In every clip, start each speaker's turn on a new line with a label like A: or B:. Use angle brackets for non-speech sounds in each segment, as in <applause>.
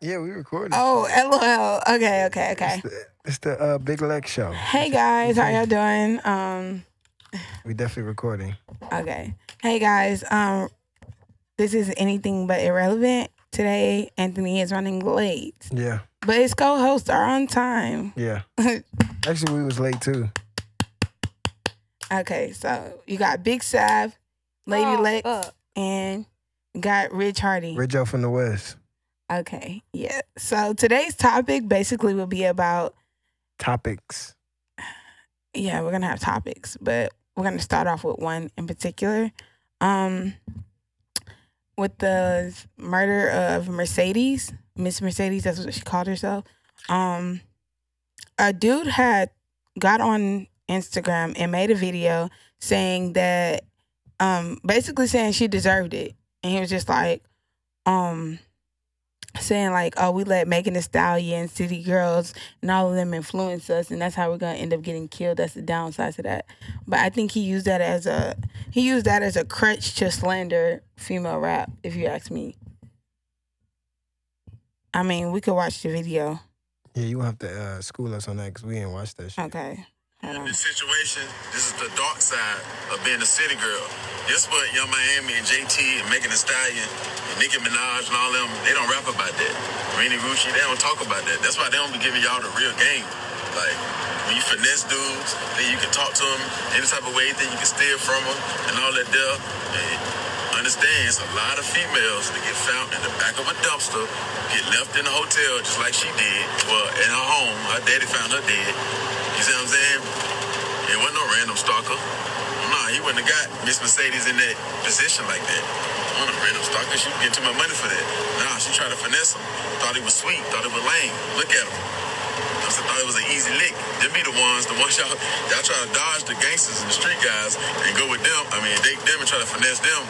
A: Yeah, we recording.
B: Oh, LOL. Okay, okay,
A: It's
B: okay.
A: the it's the uh, Big Leg Show.
B: Hey guys, how y'all doing? Um,
A: We definitely recording.
B: okay. Hey guys, um, this is anything but irrelevant. Today, Anthony is running late,
A: Yeah,
B: but his co-hosts are on time.
A: yeah.
B: <laughs>
A: Actually, we was late too.
B: okay, so you got Big Sav, Lady
C: Oh,
B: Lex,
C: fuck.
B: and got Rich Hardy.
A: Rijo from the West.
B: Okay, yeah. So today's topic basically will be about
A: Topics.
B: yeah, we're gonna have topics, but we're gonna start off with one in particular. Um, with the murder of Mercedes, Miss Mercedes, that's what she called herself. Um, a dude had got on Instagram and made a video saying that, um, basically saying she deserved it, and he was just like, um. Saying like, oh, we let Megan Thee Stallion, City Girls, and all of them influence us and that's how we're gonna end up getting killed that's the downside to that but i think he used that as a he used that as a crutch to slander female rap if you ask me i mean we could watch the video
A: Yeah, you have to uh, school us on that because we ain't watch that shit.
B: okay hold on
D: This situation, this is the dark side of being a city girl. This what Young Miami and JT and Megan Thee Stallion and Nicki Minaj and all them, they don't rap about that. Randy Rucci, they don't talk about that. That's why they don't be giving y'all the real game. Like, when you finesse dudes, then you can talk to them any type of way, then you can steal from them and all that there. And understand it's a lot of females that get found in the back of a dumpster, get left in a hotel just like she did. Well, in her home, her daddy found her dead. You see what I'm saying? It wasn't no random stalker. Nah, he wouldn't have got Miss Mercedes in that position like that. I'm a random stalker. She would get too much money for that. Nah, she tried to finesse him. Thought he was sweet. Thought it was lame. Look at him. I said, thought it was an easy lick. Them be the ones, the ones <laughs> y'all y'all try to dodge the gangsters and the street guys and go with them. I mean, they them and try to finesse them.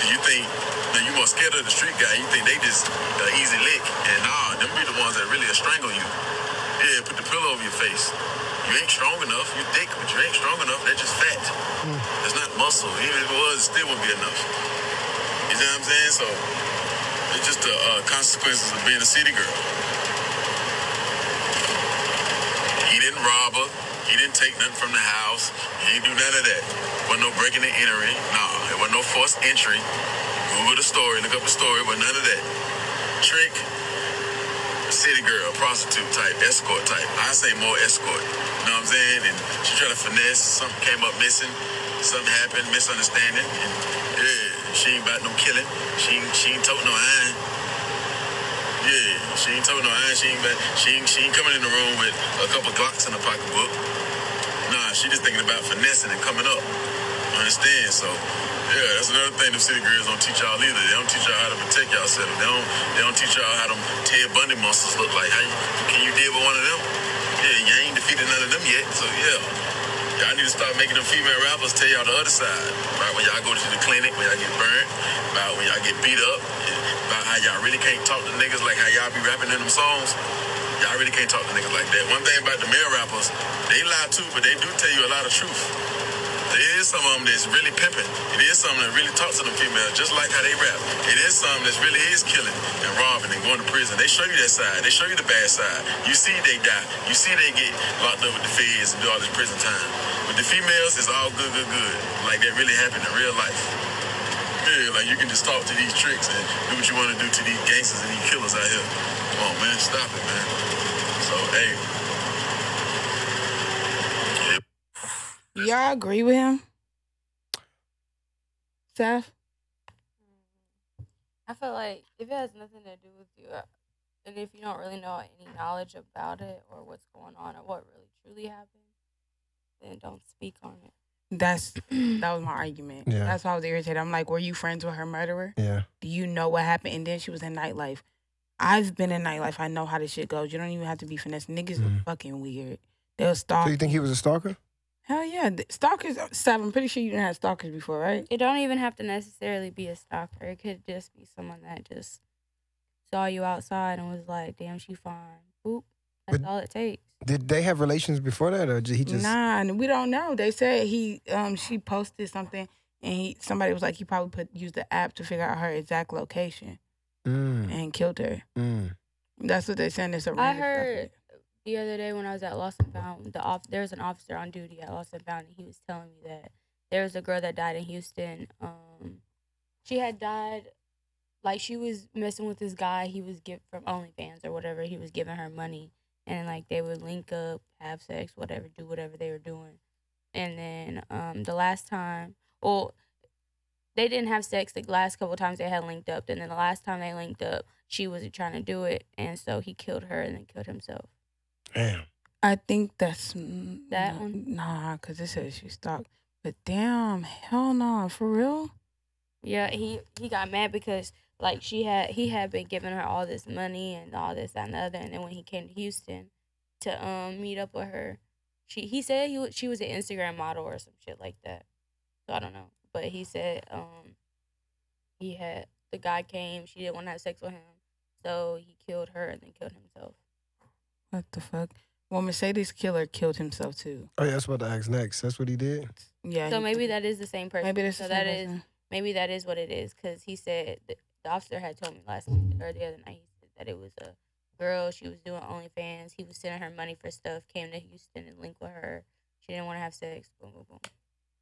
D: Cause you think that you more scared of the street guy. You think they just an easy lick. And nah, them be the ones that really strangle you. Yeah, put the pillow over your face. You ain't strong enough. You thick, but you ain't strong enough. They're just fat. It's not muscle. Even if it was, it still wouldn't be enough. You know what I'm saying? So it's just the uh, consequences of being a city girl. He didn't rob her. He didn't take nothing from the house. He didn't do none of that. Wasn't no breaking and entering. Nah, it wasn't no forced entry. Google the story. Look up the story. Wasn't none of that. Trick, city girl, prostitute type, escort type. I say more escort. You know what I'm saying? And she tried to finesse. Something came up missing. Something happened. Misunderstanding. And yeah, she ain't about no killing. She ain't, she ain't toting no iron. Yeah, she ain't toting no iron. She ain't, about, she ain't she ain't coming in the room with a couple Glocks in her pocketbook. Nah, she just thinking about finessing and coming up. Understand? So, yeah, that's another thing them city girls don't teach y'all either. They don't teach y'all how to protect yourself. They don't. They don't teach y'all how them Ted Bundy monsters look like. How you, can you deal with one of them? Yeah, you ain't defeated none of them yet. So yeah. Y'all need to start making them female rappers tell y'all the other side. About when y'all go to the clinic, when y'all get burnt, about when y'all get beat up, about how y'all really can't talk to niggas like how y'all be rapping in them songs. Y'all really can't talk to niggas like that. One thing about the male rappers, they lie too, but they do tell you a lot of truth. There is some of them that's really pimping. It is some that really talk to them females, just like how they rap. It is some that really is killing and robbing and going to prison. They show you that side. They show you the bad side. You see they die. You see they get locked up with the feds and do all this prison time. With the females, it's all good, good, good. Like that really happened in real life. Yeah, like you can just talk to these tricks and do what you want to do to these gangsters and these killers out here. Come on, man, stop it, man. So, hey,
B: Do y'all agree with him Seth?
C: Mm-hmm. I feel like if it has nothing to do with you, uh, and if you don't really know any knowledge about it or what's going on or what really truly happened, then don't speak on it.
B: that's that was my argument
A: Yeah.
B: that's why i was irritated i'm like were you friends with her murderer
A: Yeah,
B: do you know what happened and then she was in nightlife i've been in nightlife i know how this shit goes you don't even have to be finessed niggas are
A: Mhm.
B: fucking weird they'll stalk
A: so you think he was a stalker?
B: Hell yeah, th- stalkers. Stab. I'm pretty sure you didn't have stalkers before, right?
C: It don't even have to necessarily be a stalker. It could just be someone that just saw you outside and was like, "Damn, she fine." Oop, that's
A: But-
C: all it takes.
A: Did they have relations before that, or did he just?
B: nah, and we don't know. They said he, um, she posted something, and he, somebody was like, he probably put used the app to figure out her exact location
A: Mm,
B: and killed her.
A: mm.
B: That's what they're saying. It's a
C: I
B: random
C: heard the other day when I was at Lost and Found, the off there was an officer on duty at Lost and Found, and he was telling me that there was a girl that died in Houston. Um, she had died, like she was messing with this guy. He was give from OnlyFans or whatever. He was giving her money, and like they would link up, have sex, whatever, do whatever they were doing. And then um, the last time, well, they didn't have sex the last couple times they had linked up. And then the last time they linked up, she wasn't trying to do it, and so he killed her and then killed himself.
A: Damn.
B: I think that's mm,
C: That
B: nah-
C: one?
B: Nah, because it says she stalked. But damn, hell no, for real.
C: Yeah, he he got mad because like she had he had been giving her all this money and all this that and the other, and then when he came to Houston to um meet up with her, she he said he wa- she was an Instagram model or some shit like that. So I don't know, but he said um he had the guy came, she didn't want to have sex with him, so he killed her and then killed himself.
B: What the fuck? Well, Mercedes killer killed himself too.
A: Oh, yeah, that's what I asked next. That's what he did.
B: Yeah.
C: So
B: he-
C: maybe that is the same person.
B: Maybe this
C: so
B: is
C: that
B: the
C: is
B: reason.
C: maybe that is what it is because he said the, the officer had told me last night or the other night he said that it was a girl she was doing OnlyFans he was sending her money for stuff came to Houston and linked with her she didn't want to have sex boom boom boom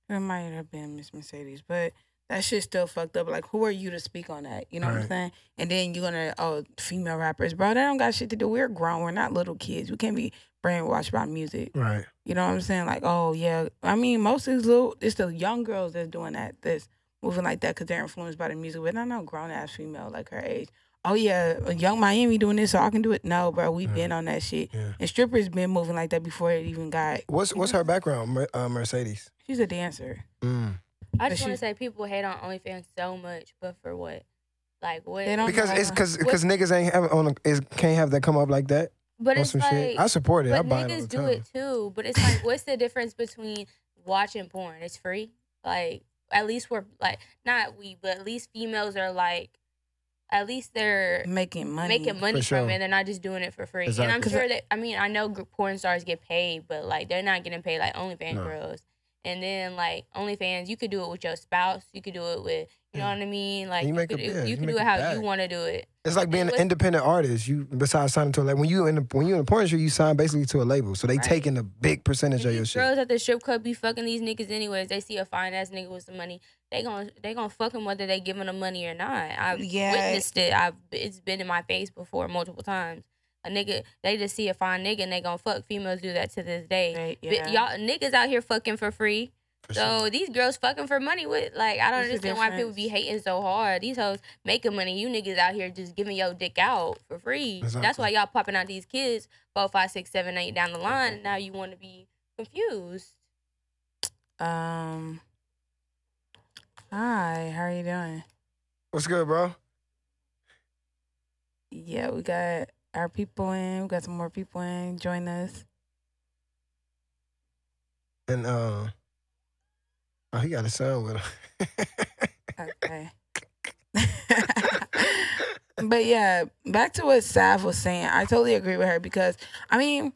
B: It might have been Miss Mercedes, but that shit's still fucked up. Like, who are you to speak on that? You know what I'm
A: Right.
B: saying? And then you're gonna, oh, female rappers, bro, that don't got shit to do. We're grown. We're not little kids. We can't be brainwashed by music.
A: Right.
B: You know what I'm saying? Like, oh yeah. I mean, most of these little, it's the young girls that's doing that, that's moving like that, cause they're influenced by the music. But I know grown ass female like her age. Oh yeah, a young Miami doing this, so I can do it. No, bro, we've been on that shit.
A: Yeah.
B: And strippers been moving like that before it even got.
A: What's what's her background, Mer- uh, Mercedes?
B: She's a dancer.
A: Mm.
B: But
C: I just want to
B: she-
C: say people hate on OnlyFans so much but for what like what
B: They don't
A: Because it's because
C: What-
A: because niggas ain't have on a, is, can't have that come up like that
C: but
A: on
C: it's
A: some
C: like
A: shit. I support it. I
C: but
A: buy it all
C: niggas
A: the
C: do
A: time.
C: it too but it's like what's the difference between watching porn it's free like at least we're like not we but at least females are like at least they're
B: Making money.
C: making money
A: For
C: from
A: sure.
C: it. They're not just doing it for free. And I'm
A: Exactly.
C: sure that I mean I know gr- porn stars get paid, but like they're not getting paid like OnlyFans
A: No.
C: girls. And then like OnlyFans, you could do it with your spouse. You could do it with you know what I mean. Like
A: Mm. you make
C: could
A: a-
C: do-
A: yeah,
C: you
A: you
C: could
A: make
C: do it
A: a
C: how you
A: bag.
C: want to do it.
A: It's like being an
C: What's-
A: independent artist. You besides signing to a label, when you in the, when you in the porn industry, you sign basically to a label, so they
C: Right.
A: taking a big percentage
C: And
A: of your
C: these
A: shit.
C: girls at the strip club be fucking these niggas anyways. They see a fine ass nigga with some money. They gon' they gonna fuck him whether they giving him money or not. I've
B: Yeah.
C: witnessed it. I've it's been in my face before multiple times. A nigga they just see a fine nigga and they gonna fuck. Females do that to this day.
B: Right,
C: Bi-
B: yeah.
C: Y'all niggas out here fucking for free.
A: For
C: so these girls fucking for money with like I don't
B: It's a
C: understand why people be
B: difference.
C: hating so hard. These hoes making money. You niggas out here just giving your dick out for free. That's
A: Exactly.
C: why y'all popping out these kids four, five, six, seven, eight down the line. And now you want to be confused.
B: Um. Hi, how are you doing?
A: What's good, bro?
B: Yeah, we got our people in. We got some more people in. Join us.
A: And uh, oh, he got a sound with him. <laughs>
B: Okay. <laughs> but yeah, back to what Sav was saying. I totally agree with her because I mean,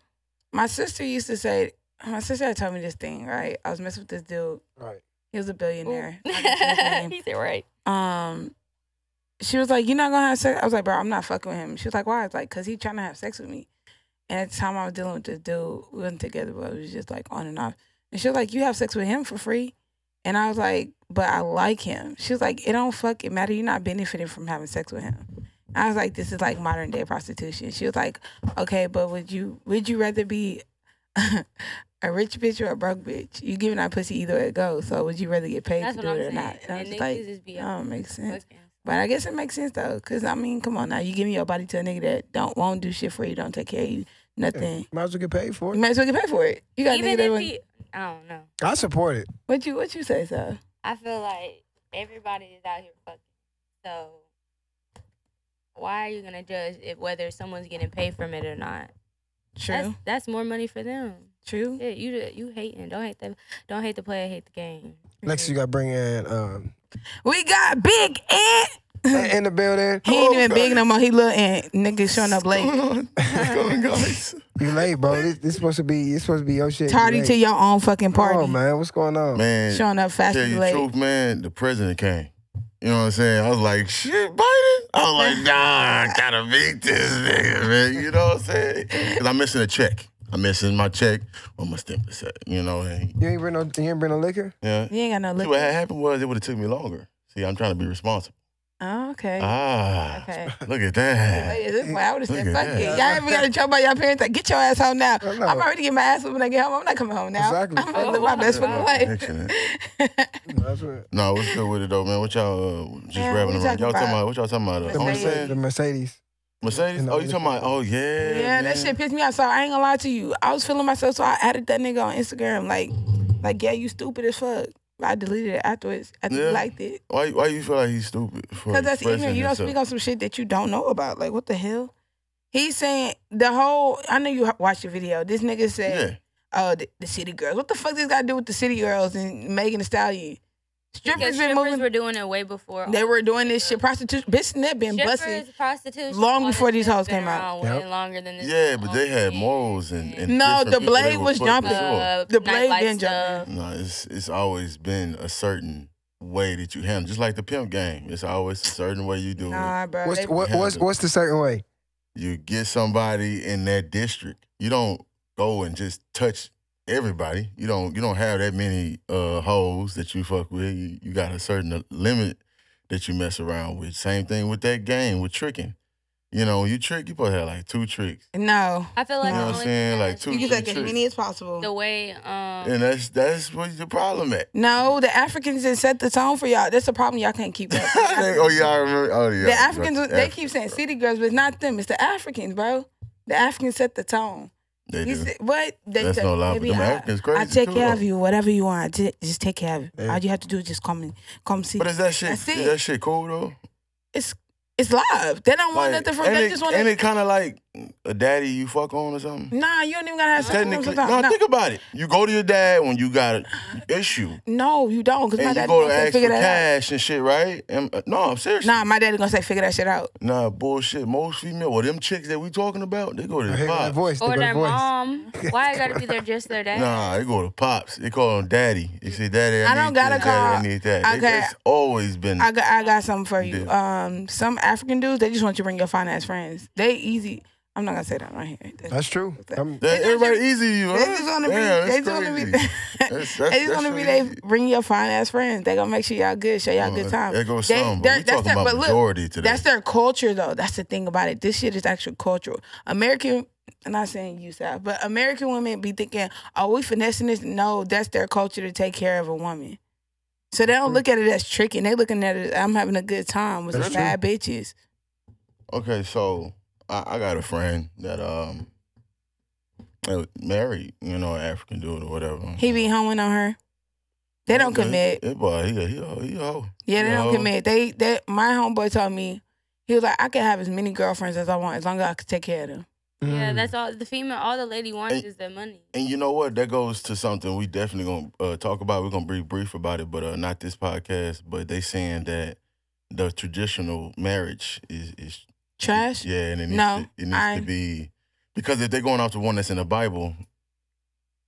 B: my sister used to say my sister had told me this thing, right? I was messing with this dude.
A: right.
C: <laughs>
B: He was a
C: Ooh.
B: billionaire. I can
C: <laughs>
B: say his name.
C: he said right.
B: um she was like, You're not gonna have sex. I was like, Bro, I'm not fucking with him. She was like, Why? I was like, Cause he trying to have sex with me. And at the time I was dealing with this dude, we wasn't together, but it was just like on and off. And she was like, You have sex with him for free. And I was like, But I like him. She was like, It don't fucking matter. You're not benefiting from having sex with him. I was like, This is like modern day prostitution. She was like, Okay, but would you would you rather be <laughs> a rich bitch or a broke bitch? You giving that pussy either way it goes. So would you rather get paid
C: That's
B: to
C: what
B: do it
C: I'm
B: or
C: saying.
B: not? And I was
C: And niggas
B: just like,
C: just be
B: that
C: out
B: don't make
C: here
B: sense.
C: fucking.
B: But I guess it makes sense though, cause I mean, come on now, you giving your body to a nigga that don't won't do shit for you, don't take care of you, nothing.
A: Might as well get paid for
B: You
A: it.
B: might as well get paid for it. You got a nigga
C: Even
B: that
C: if
B: would.
C: he, I don't know.
A: I support it.
B: What you what you say, so?
C: I feel like everybody is out here fucking. So why are you gonna judge if whether someone's getting paid from it or not?
B: True,
C: That's, that's more money for them.
B: true.
C: Yeah, you you hating. Don't hate the don't hate the player, hate the game.
A: Next, you got to bring in
C: <laughs>
A: um,
B: We got Big Ant.
A: Ant in the building.
B: He ain't even big no more. He little Ant. Nigga showing up late.
A: <laughs> guys? you late, bro. This, this supposed to be. It's supposed to be your shit. You
B: Tardy
A: late.
B: to your own fucking party.
A: Oh man, what's going on?
E: <laughs> Man,
B: Showing up fast
E: tell
B: and
E: you the
B: late.
E: truth, man, the president came. You know what I'm saying? I was like, shit, Biden? I was like, nah, I gotta beat this nigga, man. You know what I'm saying? Because I'm missing a check. I'm missing my check or my stimulus check, you know? And,
A: You ain't bring no, you ain't bring no liquor.
E: yeah.
B: You ain't got no
E: See, what
B: liquor.
E: had happened was it would have took me longer. See, I'm trying to be responsible.
B: Oh, okay.
E: Ah,
B: okay.
E: look at that.
B: Wait,
A: <laughs>
B: this is why I would have said,
E: Look
B: fuck
E: at
B: it.
E: that.
B: Y'all ever got in trouble by your parents? Like, get your ass home now.
A: I know.
B: I'm already getting my ass whooped when I get home. I'm not coming home now.
A: Exactly.
B: <laughs> I'm going to live my best fucking
E: Excellent.
B: life.
A: That's what.
E: No, what's good with it though, man? What y'all uh, just
B: Man,
E: grabbing
B: we
E: around?
B: talking
E: Y'all
B: about
E: talking about what y'all talking about?
A: The Mercedes.
E: The Mercedes?
A: The Mercedes.
E: Mercedes?
A: And the
E: Oh, you talking
A: Mercedes.
E: about? Oh yeah.
B: <laughs> Yeah, that
E: man.
B: shit pissed me off. So I ain't gonna lie to you. I was feeling myself, so I added that nigga on Instagram. Like, like yeah, you stupid as fuck. I deleted it afterwards. I
E: Yeah.
B: just liked it
E: Why? Why you feel like he's stupid? for
B: because that's ignorant.
E: expressing
B: You don't
E: himself?
B: speak on some shit that you don't know about. Like, what the hell? He's saying the whole. I know you h- watched the video. This nigga said,
E: Yeah.
B: "Oh, the, the city girls. What the fuck this got to do with the city girls and Megan Thee Stallion?
C: Because
B: Strippers been
C: strippers
B: moving.
C: were doing it way before.
B: they were doing this shit. Prostitution. Bitch, that been
C: Strippers,
B: busting.
C: prostitution,
B: long
C: all
B: before
C: this
B: these
C: shit's
B: hoes
C: been
B: came out.
C: around
A: Yep.
C: Way longer than this.
E: Yeah, but they had morals and, and
B: No,
E: different
B: the
E: people they
B: Blade
E: would
B: was
E: put
B: jumping.
E: before.
C: uh,
B: The Blade
C: nightlife
B: didn't jump
C: stuff.
E: No, it's it's always been a certain way that you handle, just like the pimp game. It's always a certain way you do it.
B: Nah, bro.
A: What's
B: they-
A: what, what's what's the certain way?
E: You get somebody in that district. You don't go and just touch everybody. You don't you don't have that many uh hoes that you fuck with. You, you got a certain limit that you mess around with. Same thing with that game with tricking. You know, you trick, you probably have like two tricks.
B: no.
C: I feel like
B: You know
C: the
B: what
E: I'm
C: only
E: saying?
C: thing
E: Like,
C: that's
E: two-
B: You get like as
E: True.
B: many as possible.
C: the way
B: Oh.
C: um
E: And that's that's what the problem at.
B: No, the Africans that set the tone for y'all. <laughs> That's the problem. Y'all can't keep
E: <laughs>
B: up.
E: oh yeah, I remember. Oh yeah.
B: the Africans,
E: Right.
B: they keep saying city girls, but it's not them. It's the Africans, bro. The Africans set the tone.
E: They
B: You
E: do.
B: said- what? They
E: That's
B: said,
E: no lie, but
B: "Baby,
E: them
B: I-
E: Africans crazy.
B: I take
E: too,
B: care
E: though.
B: of you, whatever you want. I ju- Just take care of you.
A: Yeah.
B: All you have to do is just come and come see.
E: But is that shit?
B: That's
E: is
B: it.
E: that shit cool though?
B: It's it's live. They don't want
E: Like,
B: nothing from.
E: ain't
B: They
E: it,
B: just want.
E: Ain't
B: to
E: it kind of like a daddy you fuck on or something?
B: Nah, you don't even gotta have sex with them
E: Technically,
B: sometimes.
E: no,
B: No,
E: Think about it. You go to your dad when you got an issue,
B: no, you don't. Cause my
E: and you
B: daddy
E: go
B: gonna
E: to
B: say
E: ask for
B: figure that out.
E: cash and shit, right? And uh, no, I'm serious.
B: Nah, my daddy gonna say figure that shit out.
E: Nah, bullshit. Most female, well, them chicks that we talking about, they go to
A: I
E: the
A: hear that
E: pops.
A: voice.
C: or
A: the
C: their
A: good voice.
C: mom.
A: <laughs>
C: Why I gotta be there just their dad?
E: Nah, they go to pops. They call him daddy. They say daddy. I,
B: I don't
E: need
B: gotta
E: this, daddy,
B: call-
E: I need that. They-
B: Okay.
E: It's always been.
B: I got I got something for you.
E: Dude.
B: Um, some African dudes they just want you to bring your fine ass friends. They easy. I'm not gonna say that right here. That's-
A: That's true. I'm,
E: that,
B: They just-
E: everybody easy to you.
B: They
E: huh?
B: just want to be.
E: Damn,
B: they
E: that's
B: just want to be. <laughs>
E: crazy. That's- that's-
B: they just want to
E: that's
B: be.
E: crazy.
B: They bring your fine ass friends. They gonna make sure y'all good. Show y'all
E: Uh,
B: good time.
E: There goes
B: They-
E: some,
B: they're-
E: but we talking
B: their-
E: about
B: but look,
E: majority today.
B: That's their culture, though. That's the thing about it. This shit is actually cultural. American, I'm not saying you, Sal, but American women be thinking, "Are we finessing this?" No, that's their culture to take care of a woman. So they don't look at it as tricking. They looking at it. I'm having a good time with
A: That's
B: some bad bitches.
E: Okay, so I, I got a friend that um uh, married, you know, an African dude or whatever.
B: He be hoeing on her. They don't
E: Yeah, he-
B: commit.
E: That boy, he a, he a, he a hoe.
B: Yeah, they
E: No.
B: don't commit. They they my homeboy told me he was like, I can have as many girlfriends as I want as long as I could take care of them.
C: Yeah,
A: Mm.
C: that's all. The female, all the lady wants
E: And-
C: is the money.
E: And you know what? That goes to something we definitely gonna uh, talk about. We're gonna be brief about it, but uh, not this podcast. But they saying that the traditional marriage is is
B: Trash.
E: Yeah, and it needs,
B: No,
E: to, it needs
B: I-
E: to be because if they're going off the one that's in the Bible,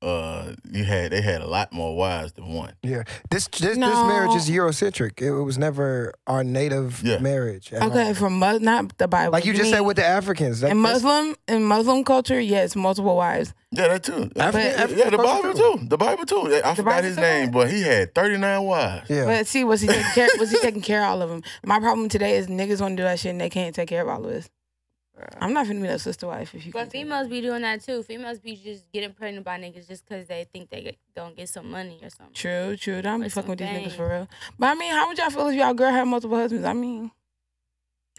E: uh, you had they had a lot more wives than one.
A: Yeah. This this, this
B: No.
A: marriage is Eurocentric. It, was never our native
E: Yeah.
A: marriage. at all.
B: Okay, from mu- not the Bible.
A: Like you just
B: mean-
A: said with the Africans. That,
B: in
A: that's-
B: Muslim in Muslim culture, yes, multiple wives.
E: Yeah, that too.
A: African-
E: yeah,
A: African
E: yeah, the
A: culture
E: Bible too. The Bible too. I forgot
B: Bible
E: his
B: too.
E: name, but he had thirty nine wives.
A: yeah.
B: But see, was he taking
E: <laughs>
B: care? was he taking care of all of them? My problem today is niggas want to do that shit and they can't take care of all of us. I'm not finna be no sister wife if you.
C: But
B: can't take care
C: females be doing that too. Females be just getting pregnant by niggas just because they think they get, don't get some money or something.
B: True, true. Don't be
C: That's
B: fucking with these
C: what I'm
B: niggas
C: saying.
B: for real. But I mean, how would y'all feel if y'all girl had multiple husbands? I mean,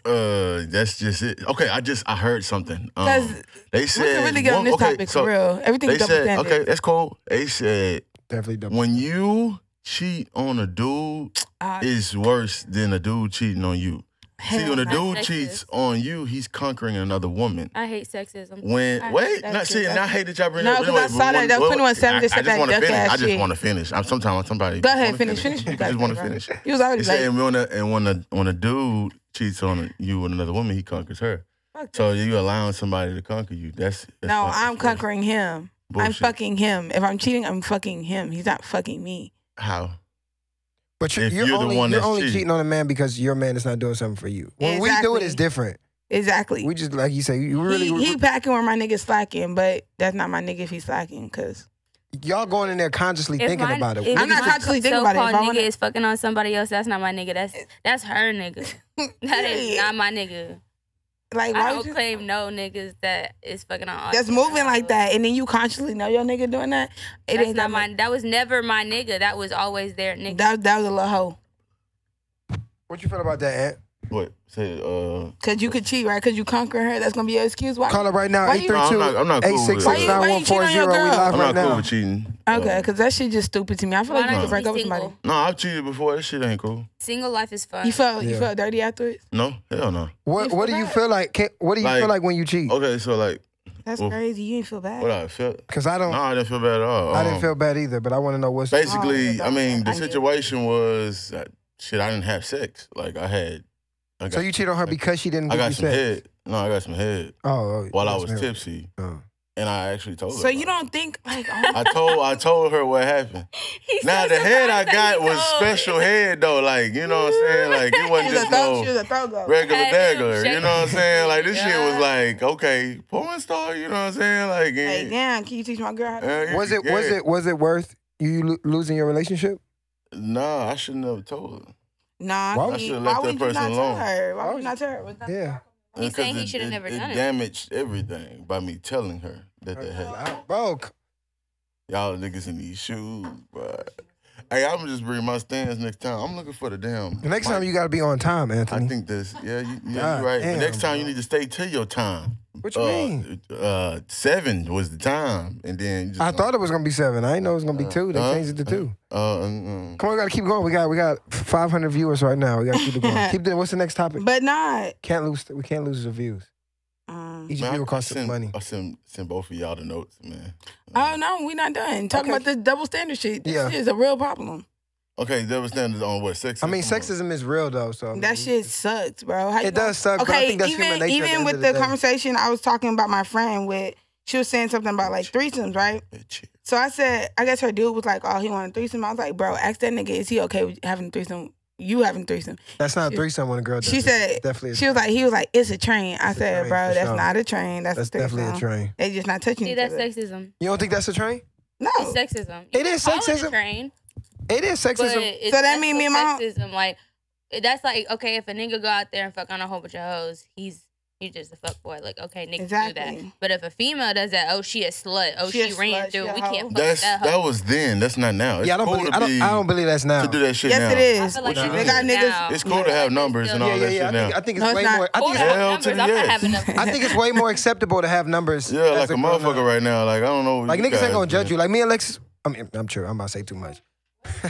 E: Uh, that's just it. Okay, I just I heard something.
B: because
E: Um, they
B: we
E: said
B: can really get on
E: one-
B: this
E: okay,
B: topic
E: so
B: for real. Everything's
E: They
B: double
E: said
B: standard.
E: okay, that's cool. They said
A: Definitely double.
E: when you cheat on a dude,
B: Ah,
E: it's worse than a dude cheating on you. See,
B: hell
E: when a
B: no.
C: no.
E: dude
C: Sexist.
E: cheats on you, he's conquering another woman.
C: I hate sexism.
E: When
C: I-
E: wait,
B: that's
E: not
B: it,
E: see, and I
B: that's
E: hate that y'all bring
B: No,
E: up.
B: 'cause I
E: wait,
B: saw that,
E: wait,
B: that
E: wait,
B: 21 Savage
E: I-
B: just
E: I
B: said
E: just
B: that
E: want to
B: duck
E: finish.
B: ass
E: I just
B: shit.
E: want to finish. I'm sometimes somebody.
B: Go ahead,
E: wanna
B: finish, finish what you
E: I just
B: got,
E: want to
B: bro.
E: finish.
B: You was already
E: It's
B: late.
E: saying when a and when a when a dude cheats on you with another woman, he conquers her.
B: Fuck
E: So you allowing somebody to conquer you. That's, that's
B: No,
E: not-
B: I'm conquering him. I'm
E: bullshit.
B: fucking him. If I'm cheating, I'm fucking him. He's not fucking me.
E: How?
A: But you're,
E: If
A: you're
E: you're the
A: only,
E: one
A: you're
E: that's
A: only
E: cheating.
A: cheating on a man because your man is not doing something for you. When we do it,
B: Exactly.
A: it's different.
B: Exactly.
A: We just like you say, you really
B: he, he packing where my nigga slacking, but that's not my nigga if he's slacking. Cause
A: y'all going in there consciously
C: If
A: thinking
C: my-
A: about it.
C: if
B: I'm not
C: my
B: consciously thinking about it. If
C: so-called
B: I wanna-
C: nigga is fucking on somebody else. That's not my nigga. That's that's her nigga. <laughs> <laughs> That is
B: Period.
C: not my nigga.
B: like
C: I
B: why would
C: don't
B: you,
C: claim no niggas that is fucking on. all
B: that's
C: niggas.
B: moving like that, and then you consciously know your nigga doing that. It
C: that's
B: ain't
C: not
B: that
C: my. That was never my nigga. That was always their nigga.
B: That that was a little hoe.
A: What you feel about that, Aunt?
E: What? Say, uh,
B: Cause you could cheat, right? Cause you conquer her. that's gonna be your excuse. Why?
A: Call up right now,
B: Why you-
A: 832
B: No,
E: I'm not- I'm not cool with it. Why you-
B: why you cheating on
A: 862-914-0.
B: your
A: We
B: girl?
A: live
E: I'm
A: right
E: not cool
A: now.
E: with cheating.
B: Okay,
E: Uh,
B: cause that shit just stupid to me. I feel
C: Why
B: like you
C: not
B: could
C: just
B: break
C: be
B: up with somebody.
C: single?
E: no, I've cheated before. That shit ain't cool.
C: Single life is fun.
B: You
C: <laughs>
B: felt you
A: Yeah.
B: felt dirty afterwards.
E: No, hell no.
A: What What do you feel like? Can, what do you feel
E: Like- oh,
A: like when you cheat?
E: Okay, so like,
B: That's
E: Well,
B: crazy. You didn't feel bad.
E: what I felt?
A: Because I don't.
E: No, I didn't feel bad at all.
A: I didn't
E: Um,
A: feel bad either, but I want to know what's.
E: Basically,
B: Oh,
E: I mean, the
C: I get it.
E: situation was uh, shit. I didn't have sex. Like I had. I got,
A: So you cheat on her because she didn't
E: I
A: give
E: got
A: you
E: some
A: sex?
E: head. No, I got some head
A: Oh, oh,
E: while I
A: that's
E: was
A: married.
E: tipsy,
A: Oh.
E: and I actually told her.
B: so you
E: about
B: don't think
E: <laughs>
B: like oh,
E: it. I told I told her
B: <laughs>
E: what happened.
C: He's so
E: Now the head I
C: surprised that
E: got
C: he
E: was
C: told.
E: special head though. Like you know what I'm saying? Like it wasn't
B: she was a
E: just
B: throw, she was
E: no
B: a throw go.
E: regular
C: Had him
E: dagger. You know what I'm
C: shaking.
E: saying? Like this shit was
C: Yeah.
E: like okay, porn star. You know what I'm saying? Like, eh,
B: Like
E: it-
B: damn, can you teach my girl how to?
E: uh,
A: Was it
E: yeah.
A: was it was it worth you lo- losing your relationship?
E: Nah, I shouldn't have told her.
B: Nah,
A: Why would-
B: I mean,
E: I should've
B: why
E: left that
B: would you
E: person
B: not
E: alone.
B: tell her? Why
A: Why
B: would
A: would
B: you not tell her? Was that-
A: Yeah.
C: He's
E: Because
C: saying he
E: it-
C: should have
E: it-
C: never
E: it
C: done it.
E: damaged everything by me telling her that that happened.
A: I broke.
E: Y'all niggas in these shoes, bro. Hey, I'm just bring my stands next time. I'm looking for the damn.
A: The next
E: mic.
A: time you got to be on time, Anthony.
E: I think this. Yeah, you, yeah,
A: God
E: you're right.
A: damn,
E: but next time you
A: bro.
E: need to stay till your time.
A: What you
E: Uh,
A: mean?
E: Uh, seven was the time, and then you just
A: I thought it was gonna be seven. I didn't know it was gonna be two. They
E: Uh,
A: changed it to two.
E: Uh, mm, mm.
A: Come on, we gotta keep going. We got we got 500 viewers right now. We gotta keep it going. keep doing. What's the next topic?
B: But not.
A: Can't lose. We can't lose the views.
B: Um,
A: Each
E: Man,
A: viewer
E: I-
A: costs
E: I
A: us
E: send,
A: money.
E: I send send both of y'all the notes, man.
B: oh no, we're not done talking
A: Okay.
B: about this double standard shit. This
A: Yeah.
B: shit is a real problem.
E: Uh, Okay, double standards on what sexism.
A: I mean,
E: or-
A: sexism is real though. So I mean,
B: That shit sucks, bro. How you
A: Oh, It
B: gonna-
A: does suck. but I think that's
B: even
A: human nature.
B: even
A: at the
B: with
A: end
B: the
A: of the, day.
B: conversation I was talking about my friend with, she was saying something about like threesomes, right?
E: Bitch.
B: So I said, I guess her dude was like, "Oh, he want a threesome." I was like, "Bro, ask that nigga, is he okay with having a threesome? You having a threesome?"
A: That's not a threesome when a girl. Does
B: She
A: it.
B: said-
A: It's definitely. a-
B: She was like, "He was like, it's a train." I
A: It's a
B: said,
A: train,
B: "Bro,
A: for
B: that's
A: sure.
B: not a train. That's,
A: that's
B: a threesome.
A: definitely a train.
B: They just not touching
C: See,
B: each
C: that's
B: other."
C: sexism.
A: You don't think that's a train?
B: No,
C: It's sexism.
A: It
C: can
A: is
C: call a
A: sexism.
C: train,
A: It is
C: but
A: sexism.
C: it's
B: So that mean me and my-
C: sexism. Like that's like okay, if a nigga go out there and fuck on a whole bunch of hoes, he's he's just a fuck boy. Like okay, niggas do
B: Exactly.
C: that. But if a female does that, oh she a slut. Oh
B: She
C: she,
B: a
C: ran
B: slut,
C: through.
B: she a
C: it. We
B: hoe.
C: can't fuck
E: That's
C: with that. hoe.
E: that was then. That's not now. It's
A: yeah, I don't
E: cool
A: believe.
E: to
A: I don't,
E: be,
A: I don't believe that's now.
E: to do that shit
B: yes,
E: now.
B: it
C: I
B: is.
C: feel like
E: What you
C: it's
E: mean?
B: They got
C: now.
B: niggas-
E: It's cool to have numbers and
A: yeah,
E: all
A: yeah,
E: that
A: yeah. I
E: shit now.
A: think, I think it's
B: No, it's
A: way
B: not.
A: more. I
C: Or
A: think
C: to
A: it's,
C: have
E: Hell
C: numbers.
E: to the
C: I'm not
E: yes.
C: having numbers.
B: <laughs>
A: I think it's way more acceptable to have numbers.
E: Yeah,
A: as
E: like a
A: grown-up.
E: motherfucker right now. Like I don't know. what
A: Like
E: you
A: niggas
E: guys
A: ain't gonna judge you.
E: doing.
A: Like me and Lex. I mean, I'm sure. I'm about to say too much. <laughs>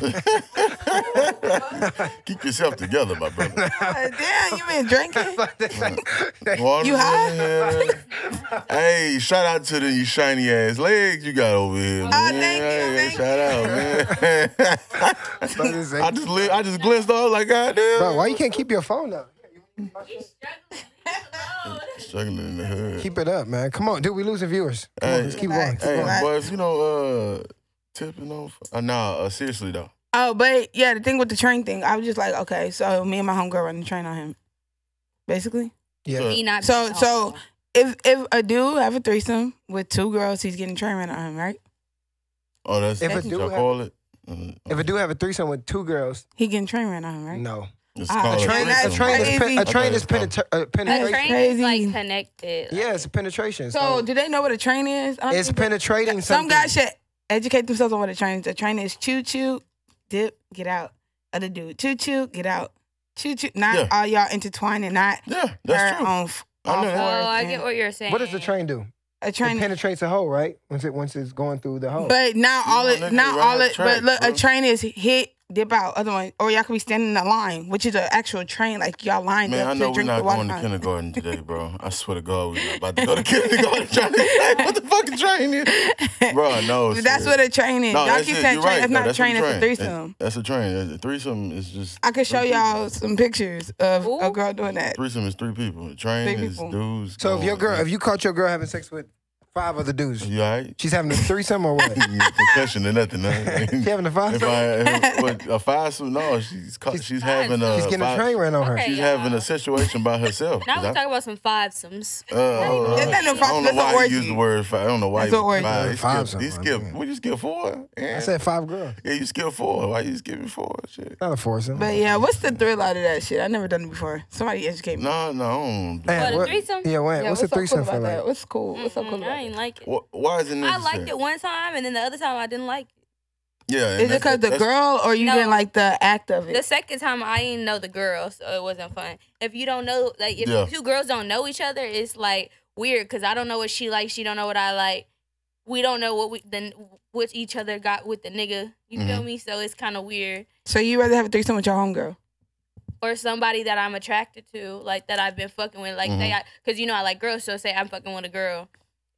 E: Keep yourself together, my brother.
A: <laughs>
B: Uh, Damn, you been drinking?
E: <laughs> Water
B: You high?
E: in the head. hey, shout out to the shiny ass legs you got over here, man.
B: Oh, thank you,
E: Hey,
B: thank
E: shout out, man. <laughs> I just li- I just glanced off like goddamn.
A: Bro, why you can't keep your phone up?
E: Struggling in the hood.
A: Keep it up, man. Come on, dude. We losing viewers. Come on,
E: Hey.
A: let's keep going. Keep
E: hey,
A: going.
E: but if you know, uh, tipping off. Uh, nah, uh, seriously though.
B: Oh, but yeah, the thing with the train thing, I was just like, okay, so me and my homegirl run the train on him, basically.
A: Yeah.
C: Me not
B: So-
C: being
B: so-
C: home.
B: If if a dude have a threesome with two girls, he's getting train ran on him, right?
E: Oh, that's
A: If
E: if
A: it
E: what
A: do
E: y'all
A: happen-
E: call it. Mm,
A: If a dude have a threesome with two girls,
B: He getting train ran on him, right?
A: no.
E: it's
B: Ah,
E: called
A: A train, a
B: that's
A: train is
B: crazy.
A: pen, a train
E: Okay.
A: is penetra- uh,
C: a
A: penetration.
C: train
B: crazy.
C: is like connected.
A: Yeah, it's a penetration.
B: So
A: So,
B: do they know what a train is? I don't
A: it's
B: think they-
A: penetrating.
B: Some
A: something.
B: guys should educate themselves on what a train is. A train is choo choo, dip, get out. Other dude, choo choo, get out. Choo choo. Not
E: Yeah.
B: all y'all intertwined and not
E: Yeah,
B: her
E: that's true.
B: on f-
E: I
B: all
E: know
B: fours.
E: that.
C: Oh, I get
B: and-
C: what you're saying.
A: What does the train do?
B: a
A: it
B: train.
A: penetrates a hole, right? Once it once it's going through the hole.
B: But not all
E: know,
B: it,
E: nigga,
B: not
E: ride
B: all
E: the
B: it.
E: track,
B: But look, a
E: bro.
B: train is hit, dip out. Other one, or y'all could be standing in a line, which is an actual train. Like y'all lined
E: Man,
B: up
E: I
B: to
E: know we're
B: drink
E: not
B: the water.
E: going to
B: fountain.
E: kindergarten today, bro. I swear to God, we're not about to go to kindergarten
B: <laughs>
E: trying to explain what the fucking train is. Bro, no.
B: But that's what a train is.
E: No,
B: y'all
E: that's
B: keep
E: it.
B: saying
E: You're
B: train.
E: right.
B: That's
E: No,
B: not a
E: what
B: train. That's a threesome.
E: That- That's a train. A threesome is just.
B: I could show
E: three people.
B: y'all some pictures of a
C: Ooh.
B: girl doing that.
E: Threesome is three people. A train
B: Three
E: is
B: people.
E: dudes.
A: so if your
E: going-
A: girl, if you caught your girl having sex with Five other dudes.
E: You all right?
A: She's having a threesome or <laughs> what?
E: Concussion or
A: <laughs>
E: nothing.
A: she
E: Huh?
A: having a
E: if
A: foursome?
E: I if, what, a foursome, no, she's ca-
A: She's-
E: she's having a
A: She's getting a
E: five-
A: train ran on her.
C: Okay.
E: she's
C: Yeah.
E: having a situation by herself.
C: Now
E: 'cause
C: we
E: I-
C: talking about some fivesomes.
E: Uh, hold on.
B: That's not no
E: I don't know
B: problem. That's an
E: why
B: orgy.
E: he used the word five. I don't know why
B: That's
E: he
B: an orgy.
E: five. He
A: Five
E: skipped, he
A: something, I
E: skipped.
A: think.
E: What you skip four? Yeah.
A: I said five girls.
E: yeah, you skipped four. Why you skipping four? Shit.
A: Not a foursome.
B: But yeah, what's the thrill out of that shit? I never done it before. Somebody educate me.
E: No, no. I don't do-
A: Man,
C: What, a threesome?
A: Yeah, what, what's a threesome for like?
B: What's cool? What's so cool
C: Mm-mm, I
B: about
C: ain't
B: that?
C: like it.
E: Wh- Why is it
C: I
E: necessary?
C: liked it one time, and then the other time I didn't like it.
E: Yeah.
B: Is it
E: and that's-
B: because the
E: that's-
B: girl or you
C: No.
B: didn't like the act of
C: The
B: it?
C: second time I didn't know the girl, so it wasn't fun. If you don't know, like if
E: Yeah.
C: two girls don't know each other, it's like weird because I don't know what she likes, she don't know what I like. We don't know what we then what each other got with the nigga. You feel
E: Mm-hmm.
C: me? So it's kind of weird.
B: So you rather have a threesome with your homegirl?
C: or somebody that I'm attracted to, like that I've been fucking with, like
E: Mm-hmm.
C: they, because you know I like girls. So say I'm fucking with a girl,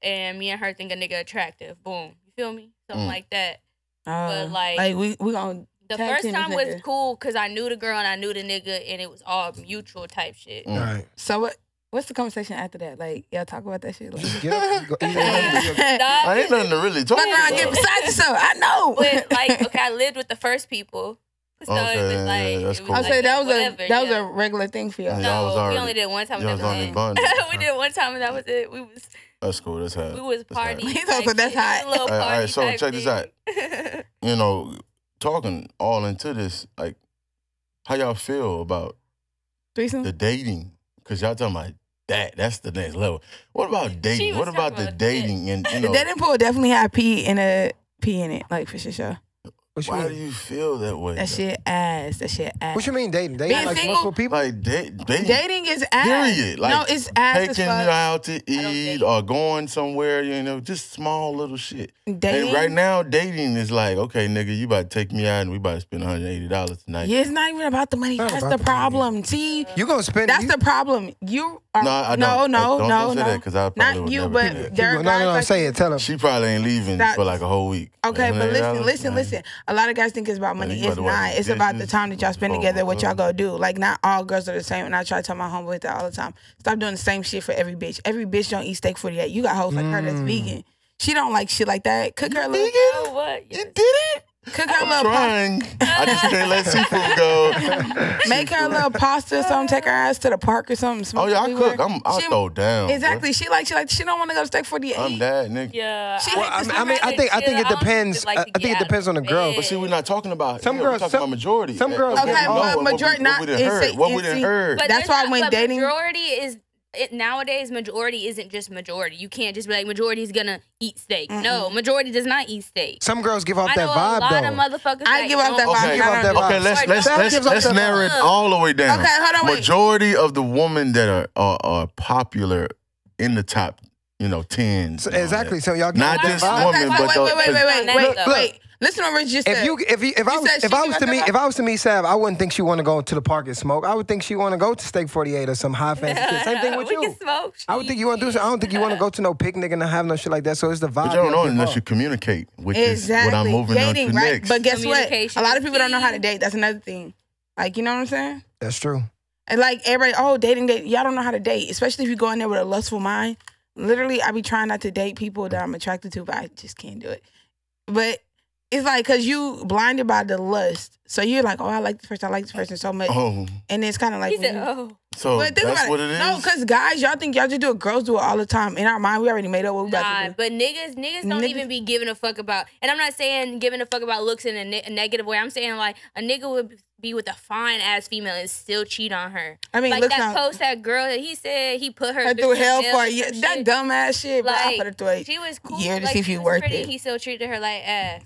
C: and me and her think a nigga attractive. Boom, you feel me? Something
E: Mm.
C: like that.
B: Uh,
C: like-
B: we we gonna
C: The
B: Tag
C: first
B: team
C: time
B: this
C: was
B: nigga.
C: cool because I knew the girl and I knew the nigga, and it was all mutual type shit.
E: Mm.
A: All right.
B: so what? What's the conversation after that? Like y'all talk about that shit. Like,
A: Just get up. you go-
E: <laughs>
A: you go- <laughs> you go-
B: fuck
C: Dog,
E: I Oh, ain't nothing to really talk
B: around, get
E: about.
B: beside yourself. I know.
C: but
B: <laughs>
C: like, okay, I lived with the first people, so
E: Okay,
C: it was
E: yeah,
C: like,
E: yeah, that's
C: it
E: cool.
B: I'm saying that was
C: whatever,
B: a that was
C: yeah.
B: a regular thing for y'all.
E: Yeah. y'all
C: No,
E: was
C: we
E: already-
C: only did one time.
E: y'all
C: and
E: was
C: that
E: already
C: was it.
E: bonded.
C: <laughs> we did one time and that was it. We was
E: That's cool. That's how.
C: we was
E: that's how-
C: partying.
A: <laughs>
B: He's
C: type
B: also- that's
C: shit. It was a
B: hot.
C: little
E: All right, all right,
C: party
E: so
C: type
E: check
C: thing.
E: this you know, talking all into this, like, how y'all feel about
B: Threesome.
E: the dating? Because y'all talking about that. That's the next level. What about dating?
C: was
E: What about
C: talking
E: the
C: about that.
E: dating? And, you
B: The
E: know,
B: dating pool definitely had pee in a pee in it, like for sure. sure.
A: What you
E: why do
A: mean?
E: you feel that way?
B: That shit ass. That shit ass.
A: What you mean dating?
B: Being
A: Dating like
B: single-
A: multiple people?
E: Like, da- dating.
B: Dating is ass.
E: Period. Like,
B: no, it's ass as
E: Taking you
B: fuck.
E: out to eat
C: date.
E: or going somewhere, you know, just small little shit.
B: Dating.
E: And right now, dating is like, okay, nigga, you about to take me out and we about to spend $180 tonight.
B: yeah, it's not even about the money.
A: Not
B: That's
A: about
B: the
A: the money.
B: problem. See,
A: You gonna spend?
B: that's
A: you-
B: the problem. You are
E: No,
B: no,
E: I don't.
B: no,
E: I- don't-
B: no,
E: don't say
B: no.
E: that 'cause I probably
B: not
E: would
B: you,
E: never
B: but
E: do that.
B: there
A: no,
B: are
A: no,
B: guys
A: no.
B: like
A: say it. Tell her.
E: She probably ain't leaving
B: Stop.
E: for like a whole week.
B: Okay, but listen,
E: $180?
B: listen,
E: Nah.
B: listen. A lot of guys think it's about money.
E: you
B: It's
E: about to
B: not.
E: watch
B: It's about the
E: dishes,
B: time that y'all spend
E: oh,
B: together, what y'all
E: uh.
B: go do. Like, not all girls are the same. And I try to tell my homeboy that all the time. Stop doing the same shit for every bitch. Every bitch don't eat steak 48. You got hoes like her that's
A: Mm.
B: vegan. She don't like shit like that. Cook her a little,
C: <laughs> Oh, what?
E: You
C: Yes.
E: did it.
B: cook her a
E: I'm
B: little pasta.
E: trying. I just can't let seafood go.
B: <laughs> Make her a little pasta or something. Take her ass to the park or something. smoke
E: Oh yeah, I
B: everywhere.
E: cook. I'm. I
B: She-
E: throw down. bruh.
B: Exactly. She like she like she don't want to go to steak 48.
E: I'm that nigga.
C: Yeah.
B: She
A: Well, I mean, I, mean, I think I think it depends. I I think it depends on the girl.
E: But see, we're not talking about.
A: Some
E: yeah,
A: girls-
E: We're talking
A: some-
E: about majority.
A: some
E: Uh,
A: girls-
E: what we
B: Okay,
E: know
B: but
E: and what we-
B: majority not-
E: What we done
B: it's-
E: heard. What we
B: it's-
E: done heard.
B: That's why when dating-
C: majority is it, nowadays majority isn't just majority. You can't just be like majority is gonna eat steak. No, majority does not eat steak.
A: Some girls give off
C: I know
A: that
C: a lot of
A: vibe
C: motherfuckers.
B: I
C: that
B: give off
C: don't-
B: that vibe.
E: Okay,
B: Give off that
E: okay.
B: vibe.
E: Let's
C: Sorry,
E: let's
C: that
E: let's
A: gives off
E: let's
A: the
E: narrow it
C: vibe.
E: all the way down.
B: Okay, hold on, wait.
E: Majority of the women that are are, are popular in the top, you know, tens.
A: though.
E: and all
A: Exactly.
E: that.
A: So y'all give
E: Not
A: off that
E: just
A: vibe.
E: woman,
B: wait,
E: but
B: wait,
E: the-
B: wait, wait, wait, wait,
C: Look,
B: wait,
A: look.
B: wait. Listen to what Rich just
A: If
B: said.
A: you if you, if I
B: You
A: was
B: said
A: if
B: she
A: I
B: give
A: was
B: off
A: to
B: that
A: me
B: vibe?
A: if I was to me Sav, I wouldn't think she want to go to the park and smoke. I would think she want to go to Steak Forty Eight or some high fancy
C: <laughs>
A: shit. Same thing with <laughs>
C: we Can
A: you.
C: smoke.
A: I would think you want to do. something. I don't think you want to go to no picnic and not have no shit like that. So it's the vibe.
E: But you don't know
A: y'all give
E: unless
A: off.
E: you communicate, which
B: exactly.
E: is what I'm moving
B: Dating,
E: on to
B: right?
E: next.
B: But guess what? A
C: Communication
B: lot of
C: is
B: people don't know how to
C: key.
B: date. That's another thing. Like you know what I'm saying?
A: That's true.
B: And like everybody, oh dating, date. Y'all don't know how to date, especially if you go in there with a lustful mind. Literally, I be trying not to date people that I'm attracted to, but I just can't do it. But it's like because you blinded by the lust, so you're like, oh, I like this person, I like this person so much,
E: oh,
B: and it's kind of like.
C: <laughs> He said,
B: when you-
C: "Oh,
E: so
B: But think
E: that's
B: about
E: what
B: it.
E: it is.
B: No, because guys, y'all think y'all just do it. Girls do it all the time. In our mind, we already made up what we about
C: Nah,
B: to do.
C: but niggas, niggas don't
B: Niggas-
C: even be giving a fuck about. And I'm not saying giving a fuck about looks in a, ne- a negative way. I'm saying like a nigga would be with a fine ass female and still cheat on her.
B: I mean,
C: like
B: look
C: that
B: now.
C: post that girl that he said he put her
B: I threw
C: through,
B: hell
C: jail
B: for a
C: and
B: year.
C: some
B: That
C: shit.
B: dumb ass shit, bro. I
C: Like,
B: put her through a
C: She was cool.
B: year to
C: like,
B: see if
C: she
B: you
C: was
B: worth
C: pretty.
B: it.
C: He still treated her like ass.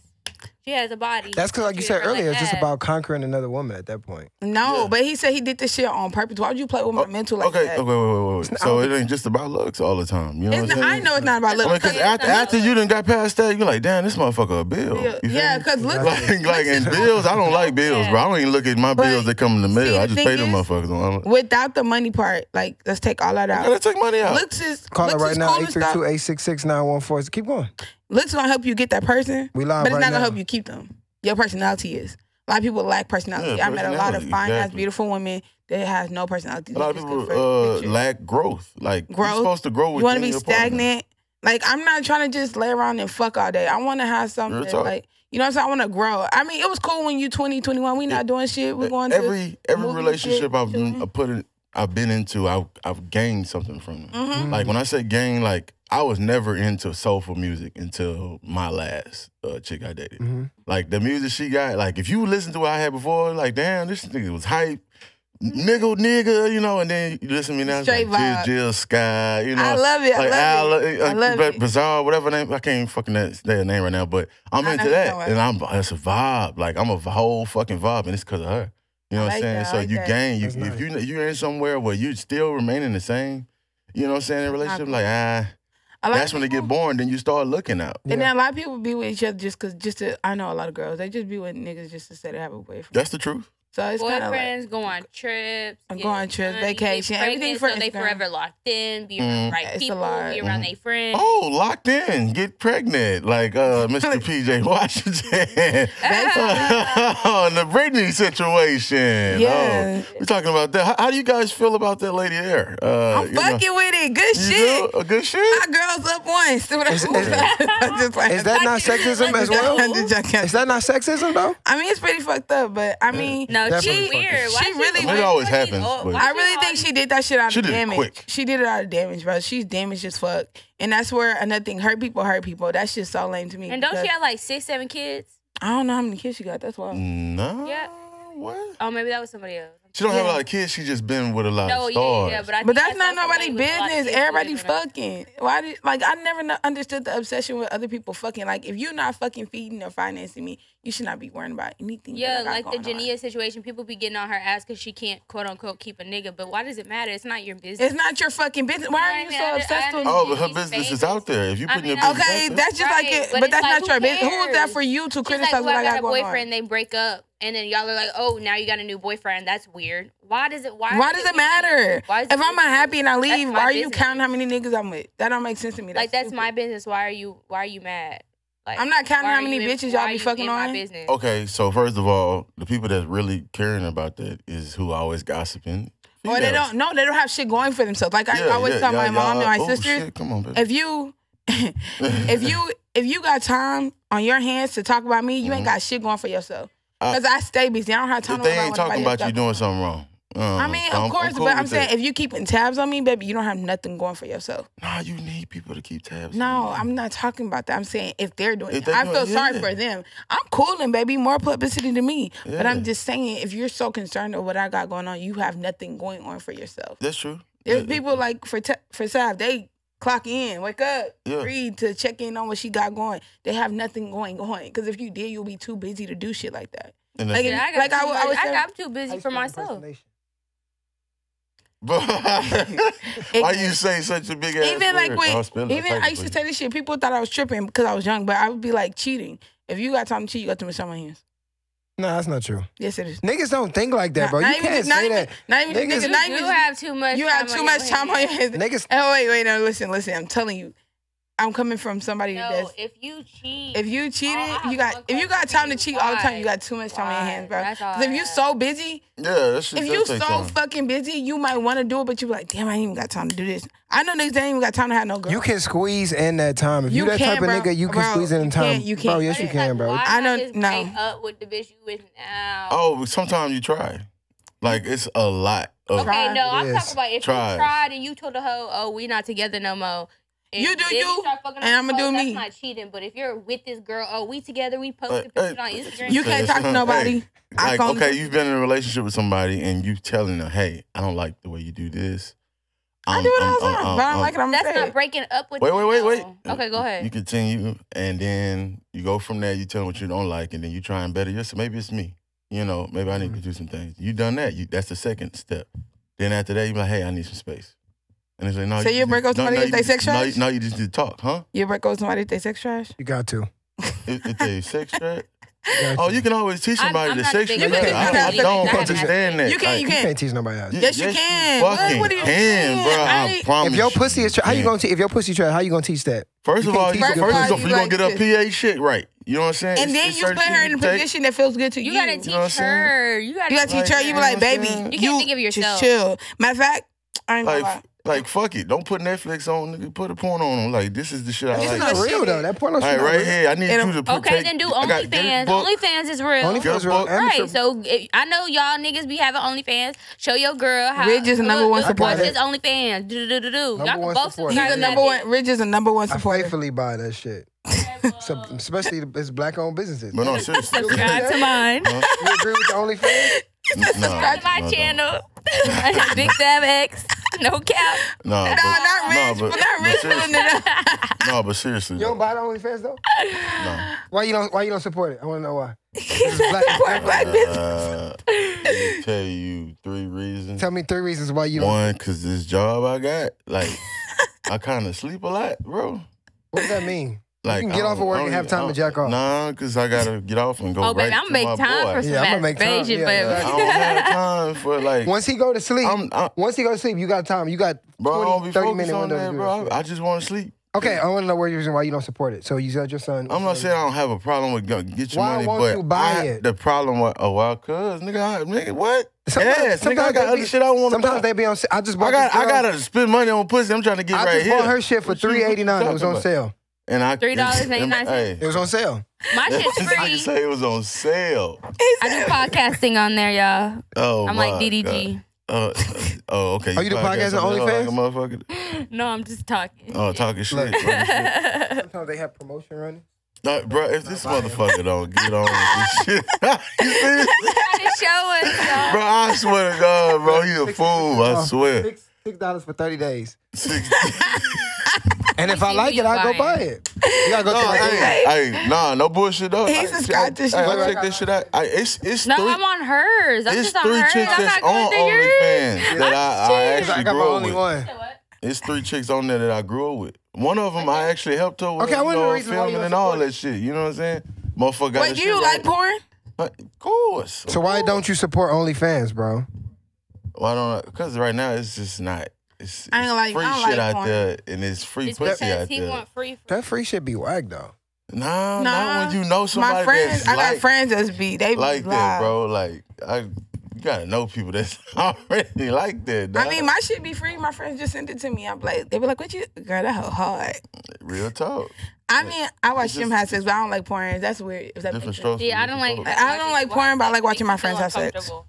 C: She has a body.
A: That's because, like you
C: Treated
A: said
C: her like
A: earlier, it's just
C: ass.
A: about conquering another woman at that point.
B: No,
E: Yeah.
B: but he said he did this shit on purpose. Why would you play with my mental like
E: Oh, okay,
B: that?
E: okay, wait, wait, wait, wait.
A: not-
E: So
A: I
E: it
A: don't-
E: ain't just about looks all the time. You know
B: It's
E: what I'm
B: not,
E: saying?
B: I know it's not about looks.
E: because after, after you done got past that, you're like, damn, this motherfucker a bill. You feel
B: yeah,
E: me?
B: because look,
E: like, like, and bills, I don't like bills, bro. I don't even look at my
B: But
E: bills that come in the mail.
B: see,
E: I
B: the
E: just pay
B: thing
E: them
B: is-
E: motherfuckers. I don't-
B: without the money part, like let's take all that
E: I gotta
B: out.
E: take money out.
B: Looks is
A: Call
B: looks
A: it right
B: is
A: now,
B: cool and stuff.
A: 832-866-914. Keep going.
B: Looks gonna help you get that person,
A: We live
B: but it's
A: right
B: not
A: now.
B: gonna help you keep them. Your personality is. A lot of people lack personality.
E: Yeah,
B: I met a lot of
E: personality,
B: fine ass,
E: exactly.
B: beautiful women that has no personality.
E: a lot of
B: They just go
E: people
B: for
E: uh,
B: pictures.
E: lack growth. Like,
B: Growth.
E: you're supposed to grow
B: You want
E: within
B: to be
E: your partner.
B: stagnant. Like I'm not trying to just lay around and fuck all day. I want to have something.
E: talk.
B: Like you know what I'm saying? I want to grow. I mean, it was cool when you 20, 21. We not doing shit. We going to
E: E, every every
B: movie shit,
E: relationship I've
B: children.
E: been, I put in, I've been into, I, I've gained something from it.
B: Mhm.
E: Like when I say gain, like I was never into soulful music until my last uh, chick I dated.
A: Mhm.
E: Like the music she got, like if you listen to what I had before, like damn, this nigga was hype. Nigga, nigga, you know, and then you listen to me now, it's
B: Mm-hmm. Straight
E: like
B: vibe.
E: Jill, Jill Sky, you know,
B: I love it. I
E: like
B: love it.
E: Al-
B: I love
E: uh,
B: it.
E: Bizarre, whatever name, I can't even fucking that, say her name right now, but I'm
B: I know
E: into
B: who you're talking
E: that,
B: about.
E: and I'm that's a vibe, like I'm a whole fucking vibe, and it's because of her. You know
B: I
E: what I'm
B: like
E: saying?
B: that, I
E: so
B: like
E: you
B: that.
E: gain, you,
A: That's nice.
E: if you you in somewhere where you still remaining the same, you know what I'm saying? In a relationship, like ah,
B: A lot of
E: that's when they
B: people-
E: get boring. Then you start looking out.
B: And then a lot of people be with each other just cause just to I know a lot of girls they just be with niggas just to say they have a boyfriend.
E: That's the truth.
B: so it's kind of like,
C: Boyfriends go on trips,
B: And
C: get
B: go on trips,
C: money, get
B: vacation, everything
C: pregnant,
B: for
C: so they
B: Instagram.
C: forever locked in, be around the
E: Mm.
C: right
B: It's a
C: people,
B: lot. Mm.
C: be around
E: Mhm.
C: their friends.
E: Oh, locked in, get pregnant,
B: <laughs>
E: like uh, Mr. PJ Washington <laughs> on the Britney situation.
B: Yeah.
E: Oh, we're talking about that. How, how do you guys feel about that lady there? Uh,
B: I'm
E: you know,
B: fucking with it. Good
E: you
B: shit.
E: do? A good
B: My
E: shit.
B: girls up once. <laughs> See what I'm
A: Is-
B: saying?
E: <laughs>
B: I'm just like,
A: Is that not sexism as well?
B: I'm just joking.
A: Is that not sexism though?
B: I mean, it's pretty fucked up, but I mean,
C: No,
A: Definitely
C: she
A: fucking-
C: weird. Why
B: She really
C: why
B: weird.
E: It always
C: all these
E: happens,
C: old-
E: but-
C: why
B: I
C: she
B: really
C: all
B: think
C: these-
B: she did that shit out of
E: She did it
B: damage.
E: quick.
B: She did it out of damage, bro. She's damaged as fuck, and that's where another thing hurt people hurt people. That shit's so lame to me.
C: And don't
B: because
C: she have like six, seven kids?
B: I don't know how many kids she got. That's why.
E: No.
C: Yeah.
E: What?
C: Oh, maybe that was somebody else.
E: She don't have a
B: Yeah.
E: lot of kids. She just been with a lot
C: No,
E: of
C: yeah,
E: Oh, stars.
C: yeah, but I
B: But
C: think I
B: that's not
C: saw somebody
B: nobody
C: with a lot of
B: business.
C: kids
B: Everybody
C: living up-
B: fucking. Why did like I never kn- understood the obsession with other people fucking. Like if you're not fucking feeding or financing me, you should not be worrying about anything. that I
C: Yeah,
B: got
C: like the
B: going on.
C: Jania situation, people be getting on her ass because she can't quote unquote keep a nigga. But why does it matter? It's not your business.
B: It's not your fucking business. Why
C: You
B: are
C: know
B: you
C: what I mean?
B: so
C: I-
B: obsessed
C: I
B: with?
E: Oh, but her
C: These
E: business is
C: babies.
E: out there. If you
C: I
E: put in
C: mean,
E: your business out
B: Okay,
E: there-
B: that's just like
C: Right,
B: it.
C: but
B: But,
C: it's
B: that's
C: like,
B: not
C: who
B: your business. Who was that
C: cares?
B: for you to
C: Just
B: criticize
C: like
B: what
C: whoever
B: I
C: got
B: got
C: a
B: going
C: boyfriend,
B: on?
C: they break up, and then y'all are like, "Oh, now you got a new boyfriend. That's weird. Why does it? Why?
B: Why
C: is
B: does it matter?
C: Why is
B: If
C: it
B: I'm
C: weird?
B: unhappy and I
C: That's
B: leave,
C: my
B: why are you
C: business.
B: counting how many niggas I'm with? That don't make sense to me.
C: Like that's my
B: stupid.
C: business. Why are you? Why are you mad? Like
B: I'm not counting
C: why
B: how
C: are
B: many
C: you in-
B: bitches
C: why
B: y'all
C: are
B: be
C: you
B: fucking
C: in my
B: on. Oh,
C: business.
E: Okay, so first of all, the people that's really caring about that is who always gossiping.
B: Or they
E: Females.
B: don't. No, they don't have shit going for themselves. Like I
E: Yeah,
B: always
E: yeah,
B: tell my
E: y'all-
B: mom and
E: y'all-
B: my
E: oh,
B: sisters,
E: shit, come on, bitch.
B: if you if you if you got time on your hands to talk about me, you ain't got shit going for yourself.
E: <laughs> I-
B: Cause I stay busy. I don't have time.
E: if
B: to
E: Mm-hmm. Uh, they
B: worry about what nobody else
E: ain't talking about you doing
B: got going on.
E: something wrong. Um,
B: I mean,
E: so
B: of course,
E: cool
B: but I'm
E: with
B: saying
E: that.
B: if you keeping tabs on me, baby, you don't have nothing going for yourself.
E: nah, you need people to keep tabs. on
B: No,
E: you.
B: I'm not talking about that. I'm saying if they're doing
E: If
B: it,
E: they
B: I
E: doing-
B: feel sorry
E: yeah.
B: for them. I'm cooling, baby. More publicity to me. But
E: Yeah.
B: I'm just saying, if you're so concerned with what I got going on, you have nothing going on for yourself.
E: That's true.
B: There's
E: Yeah,
B: people like for te- for Sav, they clock in, wake up,
E: Yeah.
B: read to check in on what she got going. They have nothing going on because if you did, you'll be too busy to do shit like that. <laughs>
E: and
B: like,
E: that's-
C: Yeah, I
B: Like
C: got too
B: I would- I
C: much-
B: would
C: I
B: say-
C: got- I'm too busy for myself.
E: <laughs> why you say such a big ass
B: even like
E: word?
B: with
E: I'll spill it.
B: even
E: Thank
B: I
E: you,
B: used to
E: please.
B: say this shit. People thought I was tripping because I was young, but I would be like cheating. If you got time to cheat, you got to miss on my hands.
A: No, that's not true.
B: Yes, it is.
A: Niggas don't think like that, bro.
B: Not-
A: You
B: not even
A: can't
B: just- not
A: say
B: even-
A: that.
B: Not even
A: Niggas-
B: niggas.
C: You
B: Not
C: do
B: even.
C: have too much.
B: you have
C: time
B: too
C: on
B: much time on your hands.
C: hands.
A: Niggas-
B: Oh wait, wait, no. Listen, listen. I'm telling you, I'm coming from somebody
C: No,
B: that's.
C: if you cheat,
B: If you cheated,
C: I have
B: you
C: one
B: got if you got
C: question
B: time
C: for
B: to
C: you.
B: cheat all the time, you
C: Why?
B: got too much time on
C: Why?
B: your hands, bro.
C: That's all
B: 'Cause if
C: I
B: you
C: have.
B: so busy,
E: yeah, that shit
B: if
E: does
B: you so
E: take time.
B: fucking busy, you might want to do it, but you be like, damn, I ain't even got time to do this. I know niggas that ain't even got time to have no girl.
A: You can squeeze in that time. If you,
B: You
A: that type
B: can,
A: of
B: bro.
A: nigga, you can
B: Bro,
A: squeeze in
B: you
A: time.
B: can't, you
A: Bro,
B: can't.
A: yes, you
C: It's like,
A: can, bro.
C: Why
B: I
C: not
B: don't-
C: just
B: no.
C: break up with the bitch you with now.
E: Oh, but sometimes you try. Like it's a lot of
C: okay,
B: Try.
C: no, I'm
A: It is.
C: talking about if
E: Tries.
C: you tried and you told the hoe, "Oh, we not together no more." and
B: You do
C: then
B: you,
C: start fucking
B: and
C: on the
B: I'ma do
C: hoe,
B: me.
C: That's not cheating, but if you're with this girl, oh, we together, we
E: Like,
C: posted
E: hey,
C: pictures on Instagram.
B: You can't
E: <laughs>
B: talk to nobody.
E: Hey,
B: I
E: like,
B: can't-
E: okay, you've been in a relationship with somebody and you telling her, hey, I don't like the way you do this.
B: I
E: I'm-
B: do it
E: I'm-
B: all the
E: I'm-
B: time,
E: I'm-
B: but I
E: I'm-
B: don't like it. I'm
C: That's
B: sad.
C: not breaking up with.
E: Wait,
C: the
E: wait, wait, wait.
C: hoe. Okay, go ahead.
E: You continue, and then you go from there. You tell them what you don't like, and then you try and better yourself. Maybe it's me. You know, maybe I
A: Mm-hmm.
E: need to do some things. You done that. You, that's the second step. Then after that, you be like, hey, I need some space. And it's like, no.
B: So you break up with somebody
E: no,
B: if they
E: you-
B: sex
E: no,
B: trash?
E: you- No, you just need to talk, huh?
B: You break up with somebody if they sex trash?
A: You got to. You
E: If, if
B: <laughs>
E: they sex trash.
A: got
E: Oh,
A: to.
E: you can always teach
C: I'm-
E: somebody
C: I'm
E: to
C: not a
E: sex
C: big
E: you.
A: fan of
E: I,
A: that.
E: I don't
A: You can't-
E: understand that.
B: you can't- you
E: Like,
B: can't.
A: can't teach nobody else.
B: Yes, you can. What-
E: Fucking
B: what are you
E: can,
B: saying?
E: bro. I,
B: I-
E: promise.
A: If your pussy is, tra- how you
E: man.
A: gonna teach? If your pussy trash, how you gonna teach that?
E: First
A: you
E: of
A: can't
E: all, you,
A: teach
E: first
A: a
E: of
A: girl.
E: all, you
B: Like
E: gonna get her
B: this.
E: PA shit right. You know what I'm saying?
B: And then
E: It's
B: you
E: certain
B: put her
E: shit
B: in a
E: you take.
B: position that feels good to you.
C: You gotta
B: You
C: teach
E: know what I'm saying?
C: her. You gotta,
B: gotta teach her. You be like,
E: Like,
B: baby,
E: you
C: can't think of yourself.
B: Just chill. Matter of fact, I ain't gonna
E: Like,
B: lie.
E: Like fuck it, don't put Netflix on. nigga. Put a porn on. 'em. Like this is the shit I
B: It's
E: like.
A: not
B: Like-
A: real though. That porno
E: All
A: shit
E: right,
A: not
E: right
A: real.
E: here. I need
B: And-
E: you to
C: Okay,
E: protect-
C: then do
E: I got
C: OnlyFans.
E: this book.
C: OnlyFans is real.
A: OnlyFans is real.
E: Right,
A: Amateur-
C: Right, so if, I know y'all niggas be having OnlyFans. Show your girl how.
B: Ridge is the number one
C: look,
A: supporter.
C: Watch his OnlyFans. Do do do do. Y'all
A: Number one
C: can both
A: supporter.
C: subscribe
B: He's a
C: to
B: number
C: that
B: one. Ridge is a number one
A: I
B: supporter.
A: faithfully buy that shit, so, especially the, it's black-owned businesses.
E: But no, seriously.
C: bitch. Subscribe to mine.
E: Huh?
A: You agree with the OnlyFans?
E: <laughs> Nah,
C: Subscribe to my
E: no, I don't.
C: channel.
A: <laughs>
C: Big Sam X. No cap.
E: Nah,
B: No,
E: but-
B: not
E: nah,
B: Ridge. <laughs>
E: but-
B: not
E: but
B: Ridge
E: seriously.
B: pulling it up.
E: No, but seriously.
A: You don't
E: though,
A: buy the OnlyFans though.
E: nah.
A: Why you don't? Why you don't support it? I want to know why. It's black-
B: Poor black bitch.
E: Uh, let me tell you three reasons.
A: Tell me three reasons why you don't.
E: One, cause this job I got, like, I kind of sleep a lot, bro.
A: What does that mean?
E: Like,
A: can
E: I
A: get off
E: don't-
A: of work
E: I
A: and
E: don't
A: have
E: even-
A: time to
E: I-
A: jack off.
E: Nah, cause I gotta get off and go.
C: Oh,
E: right
C: baby, I'm
E: to
C: make
E: my
C: time
E: boy.
C: for some
A: Yeah, I'ma make time.
C: masturbation,
A: Yeah,
C: but
A: yeah.
C: <laughs>
E: I don't have time for like.
A: Once he go to sleep,
E: I'm, I,
A: once he go to sleep, you got time. You got
E: bro, I don't
A: 20,
E: be
A: 30
E: focused
A: minute
E: on
A: window to
E: that,
A: do
E: bro.
A: this shit.
E: I, I just want to sleep.
A: Okay, I want to know where your reason why you don't support it. So you said your son.
E: I'm not saying I don't have a problem with gun. Get your
A: Why
E: money,
A: won't
E: but
A: you buy
E: I-
A: it?
E: the problem with oh well, cause nigga, I, nigga, what?
A: <laughs> Sometimes-
E: yes, nigga, I
A: sometimes
E: got
A: they
E: other
A: be-
E: shit I want to buy.
A: Sometimes they be on. sa- I just bought.
E: I got
A: this
E: I
A: girl-
E: gotta spend money on pussy. I'm trying to get
A: I
E: right
A: just
E: here.
A: bought her shit for
E: What you-
A: three eighty nine. It was on
E: talking
A: sale.
E: And I
C: $3.89.
E: <laughs> Hey.
A: It was on sale.
C: my
A: <laughs>
C: shit's
E: <laughs> I can
C: free.
E: say it was on sale.
C: I do podcasting on there, y'all.
E: Oh,
C: I'm
E: my
C: like DDG.
E: God. Uh, <laughs> oh, okay.
A: Oh, you do podcasts on
E: Like a
A: OnlyFans?
E: motherfucker.
C: <laughs> No, I'm just talking.
E: Oh, talking shit.
A: Look.
C: <laughs>
E: talking shit.
A: Sometimes they have promotion running.
E: Nah, bro, if this motherfucker don't get on with this shit, <laughs> you see?
C: Trying to show
A: <laughs>
C: us, y'all.
E: bro, I swear to God, bro, he a fool. I
A: Oh,
E: swear.
A: Six six dollars for thirty
B: <laughs>
A: days.
E: Six.
C: <laughs>
A: And if
C: see
A: I like
C: you
A: it, I go buy
C: buying.
A: it. You gotta go
E: No,
A: check my email.
E: <laughs> hey, hey, nah, no bullshit though.
B: He's
E: I-
B: subscribed to
E: I-
B: shit.
E: I check this shit out. I, it's it's
C: No,
E: three,
C: I'm on hers. I'm
E: it's
C: just on
E: three
C: hers.
E: chicks
C: I'm
E: that's
C: not going
E: on
C: through yours.
E: OnlyFans that I, I
C: Shit.
E: actually
A: I got my
E: grew up
A: only
E: with.
A: one.
E: It's three chicks on there that I grew up with. One of them I actually helped her with
A: Okay, I
E: you
A: wonder the
E: know,
A: reason why you
E: filming
A: don't
E: and all
A: support
E: that shit. You know what I'm saying? Motherfucker got
B: Wait,
E: his
B: you
E: shit
B: don't like
E: right.
B: porn?
E: Of course.
A: So why don't you support OnlyFans, bro?
E: Why don't I? Because right now it's just not. It's,
B: I ain't
E: it's
B: like-
E: free
B: I don't like
E: shit out
B: porn.
E: there and it's free
C: It's
E: pussy out
C: because he
E: there.
C: want free. For
A: That free shit be whack though.
B: Nah,
E: nah, not when you know somebody
B: my friends,
E: that's
B: I got
E: like,
B: friends that's be they be
E: like
B: live.
E: that, bro. Like I, you gotta know people that's <laughs> already like that.
B: I
E: dawg.
B: mean, my shit be free. My friends just send it to me. I'm like, they be like, "What you, girl? That hoe hard."
E: real talk.
B: I mean, I watch
E: It's
B: them
E: just-
B: have sex, but I don't like porn. That's weird. If that
E: Different
B: makes sense.
E: strokes. for
C: Yeah, I don't
E: different
C: like.
E: folks.
B: I don't like porn, but I like watching my friends have sex.
C: uncomfortable.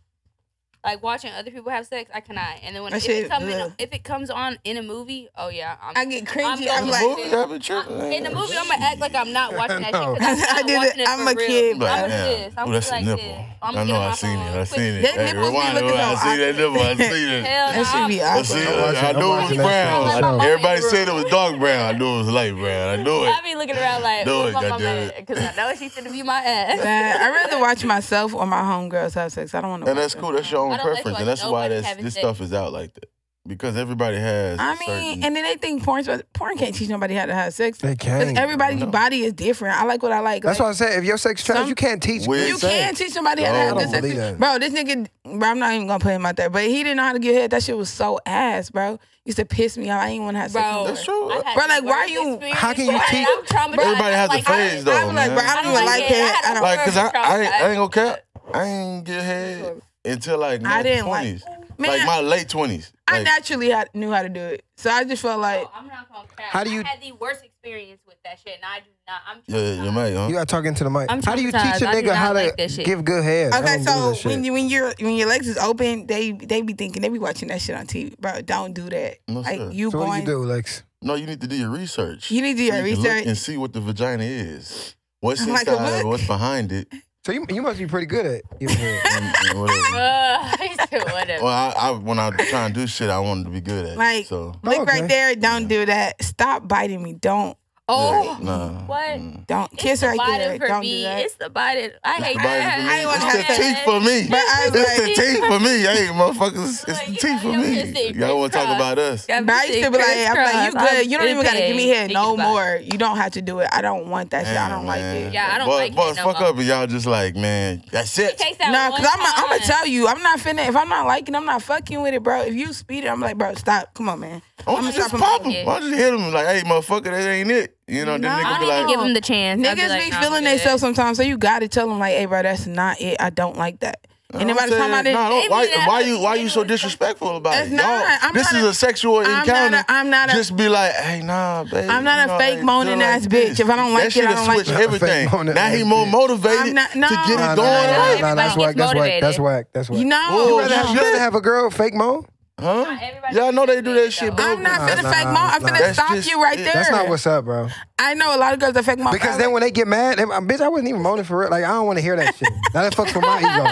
C: Like watching other people have sex, I cannot. And then when
B: That
C: if,
B: shit,
C: it comes in,
B: ugh.
C: if it comes on in a movie, oh yeah, I'm,
B: I get cringy. I'm,
C: I'm
E: In
B: like,
E: the movie, I be tripping.
C: I- in the movie, I'm gonna act like I'm
E: <laughs>
C: not watching that
A: No.
C: shit. 'cause
B: <laughs>
C: I'm
B: I
C: not
B: did it.
C: watching it.
B: I'm
C: for
B: a
C: real.
B: kid, bro.
C: I'm
E: Damn.
C: this. I'm
E: Ooh,
C: just
E: that's
C: like
E: a
C: this.
E: nipple.
C: I'm
E: I
C: gonna
E: know
C: get on
E: I
C: my
E: seen
C: phone
E: it. I
C: quick.
E: seen it.
B: That
E: Hey,
B: nipple be
E: rewind it.
B: looking
E: I
B: all
E: seen that
B: awkward.
E: nipple. I seen it.
C: Hell
B: That should
C: no.
B: be
E: I
B: awkward.
E: seen it.
A: I'm watching-
E: I
A: I'm
E: knew it
A: watching
E: was
A: that
E: brown.
A: shit.
E: I-
A: Show.
E: Everybody said it was dark brown. I knew it was light brown. I knew
C: I
E: it.
C: be looking around like,
E: Do it,
C: where's my mama
E: goddamn it.
C: Because I know she's gonna be
B: <laughs>
C: my ass.
E: <laughs>
B: Nah, I'd rather watch myself or my homegirls have sex. I don't want to.
E: And that's cool. That's your own
C: I don't like
E: preference,
C: watching
E: and that's why
C: nobody
E: that's
C: having
E: this
C: sex.
E: stuff is out like that because everybody has.
B: I
E: certain-
B: mean, and then they think porn, porn can't teach nobody how to have sex.
A: They
B: Because
A: can't.
B: everybody's
E: No.
B: body is different. I like what I like.
A: That's
B: like,
A: why I said if your sex trash,
B: Some-
A: you can't teach.
E: Wait.
B: You
A: good sex.
B: can teach somebody how to
E: No,
B: have
E: I
B: good
E: don't
A: believe that.
B: sex. Bro, this nigga, bro, I'm not even gonna put him out there, but he didn't know how to get head. That shit was so ass, bro. Used to piss me off. I didn't want to have sex.
C: Bro,
B: anymore.
E: That's true.
C: I had
B: Bro,
C: the
B: like, why
C: worst
B: you-
C: experience
A: how can you
C: ever.
A: teach-
C: I'm traumatized.
E: Everybody
C: I'm
E: has a
C: like,
E: phase,
C: I-
E: though.
B: I was like,
E: man.
B: bro, I don't even like it. I don't.
E: Like, cause I, I, ain't, I
C: Traumatized.
E: ain't gonna cap. I ain't get head until like my
B: I didn't like-
E: twenties,
B: Man,
E: like my late twenties.
B: I naturally had, knew how to do it, so I just felt like
C: No, Oh, I'm not gonna crap.
A: How do you-
C: I had the worst experience with that shit, and I do not. I'm
E: yeah,
C: traumatized.
E: you might, huh?
A: You gotta talk into the mic.
C: I'm
A: how do you teach
C: traumatized.
A: a
C: I do
A: nigga
C: not
A: how to
C: like that shit.
A: give good head? I
B: Okay,
A: don't
B: so
A: believe that
B: when
A: shit.
B: you when your when your legs is open, they they be thinking they be watching that shit on TV, bro. Don't do that.
E: No,
B: like
E: sir.
B: you
A: so what do
B: going,
A: you do, Lex?
E: No, you need to do your research.
B: You need to do your
E: need to look
B: research.
E: and see what the vagina is. What's
B: Like a
E: inside of it,
B: book.
E: what's
B: <laughs>
E: behind it,
A: So you, you must be pretty good at giving head.
E: and, and whatever.
C: Ugh, I <laughs> said, whatever.
E: well, I, I when I try and do shit, I wanted to be good at.
B: Like-
E: it, so
B: Look
A: Okay.
B: right there. Don't do that. Stop biting me. Don't
C: oh,
E: nah.
C: what?
E: mm.
B: don't kiss
C: the
B: right
C: body
B: there.
C: for
B: Don't
C: me.
B: do that.
C: It's the body. I
E: It's
C: hate
E: the,
C: that.
E: body
B: I ain't wanna
E: for me.
B: have
E: It's the teeth for me.
B: But I was
E: It's the
B: like,
E: teeth for me. Hey, motherfuckers, it's
C: Like,
E: the
C: you
E: teeth
C: know,
E: for
C: you
E: me.
C: don't sit
E: Y'all want to talk
C: crisscross.
E: about us?
C: Got
B: but I
C: me
B: used to be like, I'm like, you
C: crisscross.
B: good. You don't
C: I'm
B: even gotta give me head
C: thinking
B: no
C: about it.
B: more. You don't have to do it. I don't want that shit. I don't
E: Damn,
B: like
E: man.
B: it.
C: Yeah, I don't
E: Boy-
C: like it
E: boys,
C: no
E: fuck
C: more.
E: up and y'all just like, man, that's
C: It
E: it.
C: takes that
B: Nah,
C: one
B: cause I'm i I'm gonna
C: time.
B: tell you, I'm not finna. If I'm not liking, I'm not fucking with it, bro. If you speed it, I'm like, bro, stop. Come on, man.
E: Why
B: I'ma
E: don't you just
B: stop
E: pop
C: him.
E: him? Why don't you hit him? Like, hey, motherfucker, that ain't it. You know, then
B: Nah.
E: nigga
C: I
E: be
C: don't even
E: like,
C: give him the chance. I'd
B: Niggas be,
C: like, nah, I'm
B: feeling
C: good.
B: themselves sometimes, so you gotta tell them like, "Hey, bro, that's not it. I don't like that." And everybody talking about it.
E: No, no,
C: It
E: why,
C: mean,
E: why
C: I-
E: you why
C: you
E: you
C: know
E: so
C: it's like-
E: disrespectful about
B: It's
E: it?
B: not.
E: Y'all-
B: I'm
E: this
B: not
E: is
B: a-
E: a sexual
B: I'm
E: encounter.
B: not a- I'm not a-
E: just be like, hey, nah, baby.
B: I'm not a fake moaning ass bitch. If I don't like it,
E: that shit
B: I
E: have
B: don't like
E: switched
A: it. Not a fake
E: everything.
A: moaning
E: Now
A: ass
E: he more
A: bitch.
E: motivated
B: I'm not- no.
E: to get
B: Nah,
E: it
A: nah,
E: going.
A: nah,
E: right?
A: nah, that's whack.
C: Everybody
A: That's
C: gets
A: whack. That's
C: motivated.
A: whack. That's whack.
E: Ooh.
A: You
B: <laughs> No,
A: rather have, you rather have a girl fake moan?
E: Huh?
C: Not everybody
E: Y'all know they do that
C: gets
E: shit,
C: motivated,
E: bro.
C: though.
B: I'm not
A: Nah,
B: finna
A: nah,
B: fake mom. I'm
A: nah.
B: finna
E: That's
B: stalk
E: just-
B: you right
E: it-
B: there.
A: That's not what's up, bro.
B: I know a lot of girls that fake mom.
A: Because then when they get mad, they- uh, bitch, I wasn't even moaning for real. Like I don't want to hear that shit. Now that fucks with my ego. I ain't,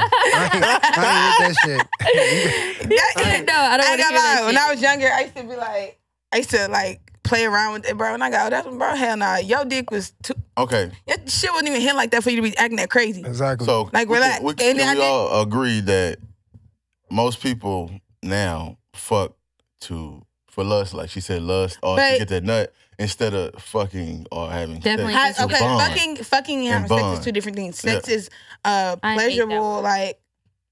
A: I ain't with that shit.
B: <laughs> that,
C: <laughs> No, I don't
B: I
C: wanna
B: got
C: hear that
B: lie. When
C: shit.
B: I was younger, I used to be like, I used to like play around with it, bro. And I got, oh, that's bro, hell nah. Your dick was too.
E: Okay,
B: Your shit wasn't even hit like that for you to be acting that crazy.
A: Exactly.
E: so
B: Like,
E: we
B: relax.
E: Can, we, can
B: And I
E: we
B: did-
E: all agree that most people now fuck to for lust, like she said, lust or
B: But-
E: to get that nut instead of fucking or having
C: Definitely
E: sex.
B: How-
C: It's a
B: okay,
E: bond.
B: fucking, fucking and
E: And
B: having sex
E: bond.
B: is two different things.
E: Yeah.
B: Sex is uh
C: I hate that
B: pleasurable,
C: word.
B: like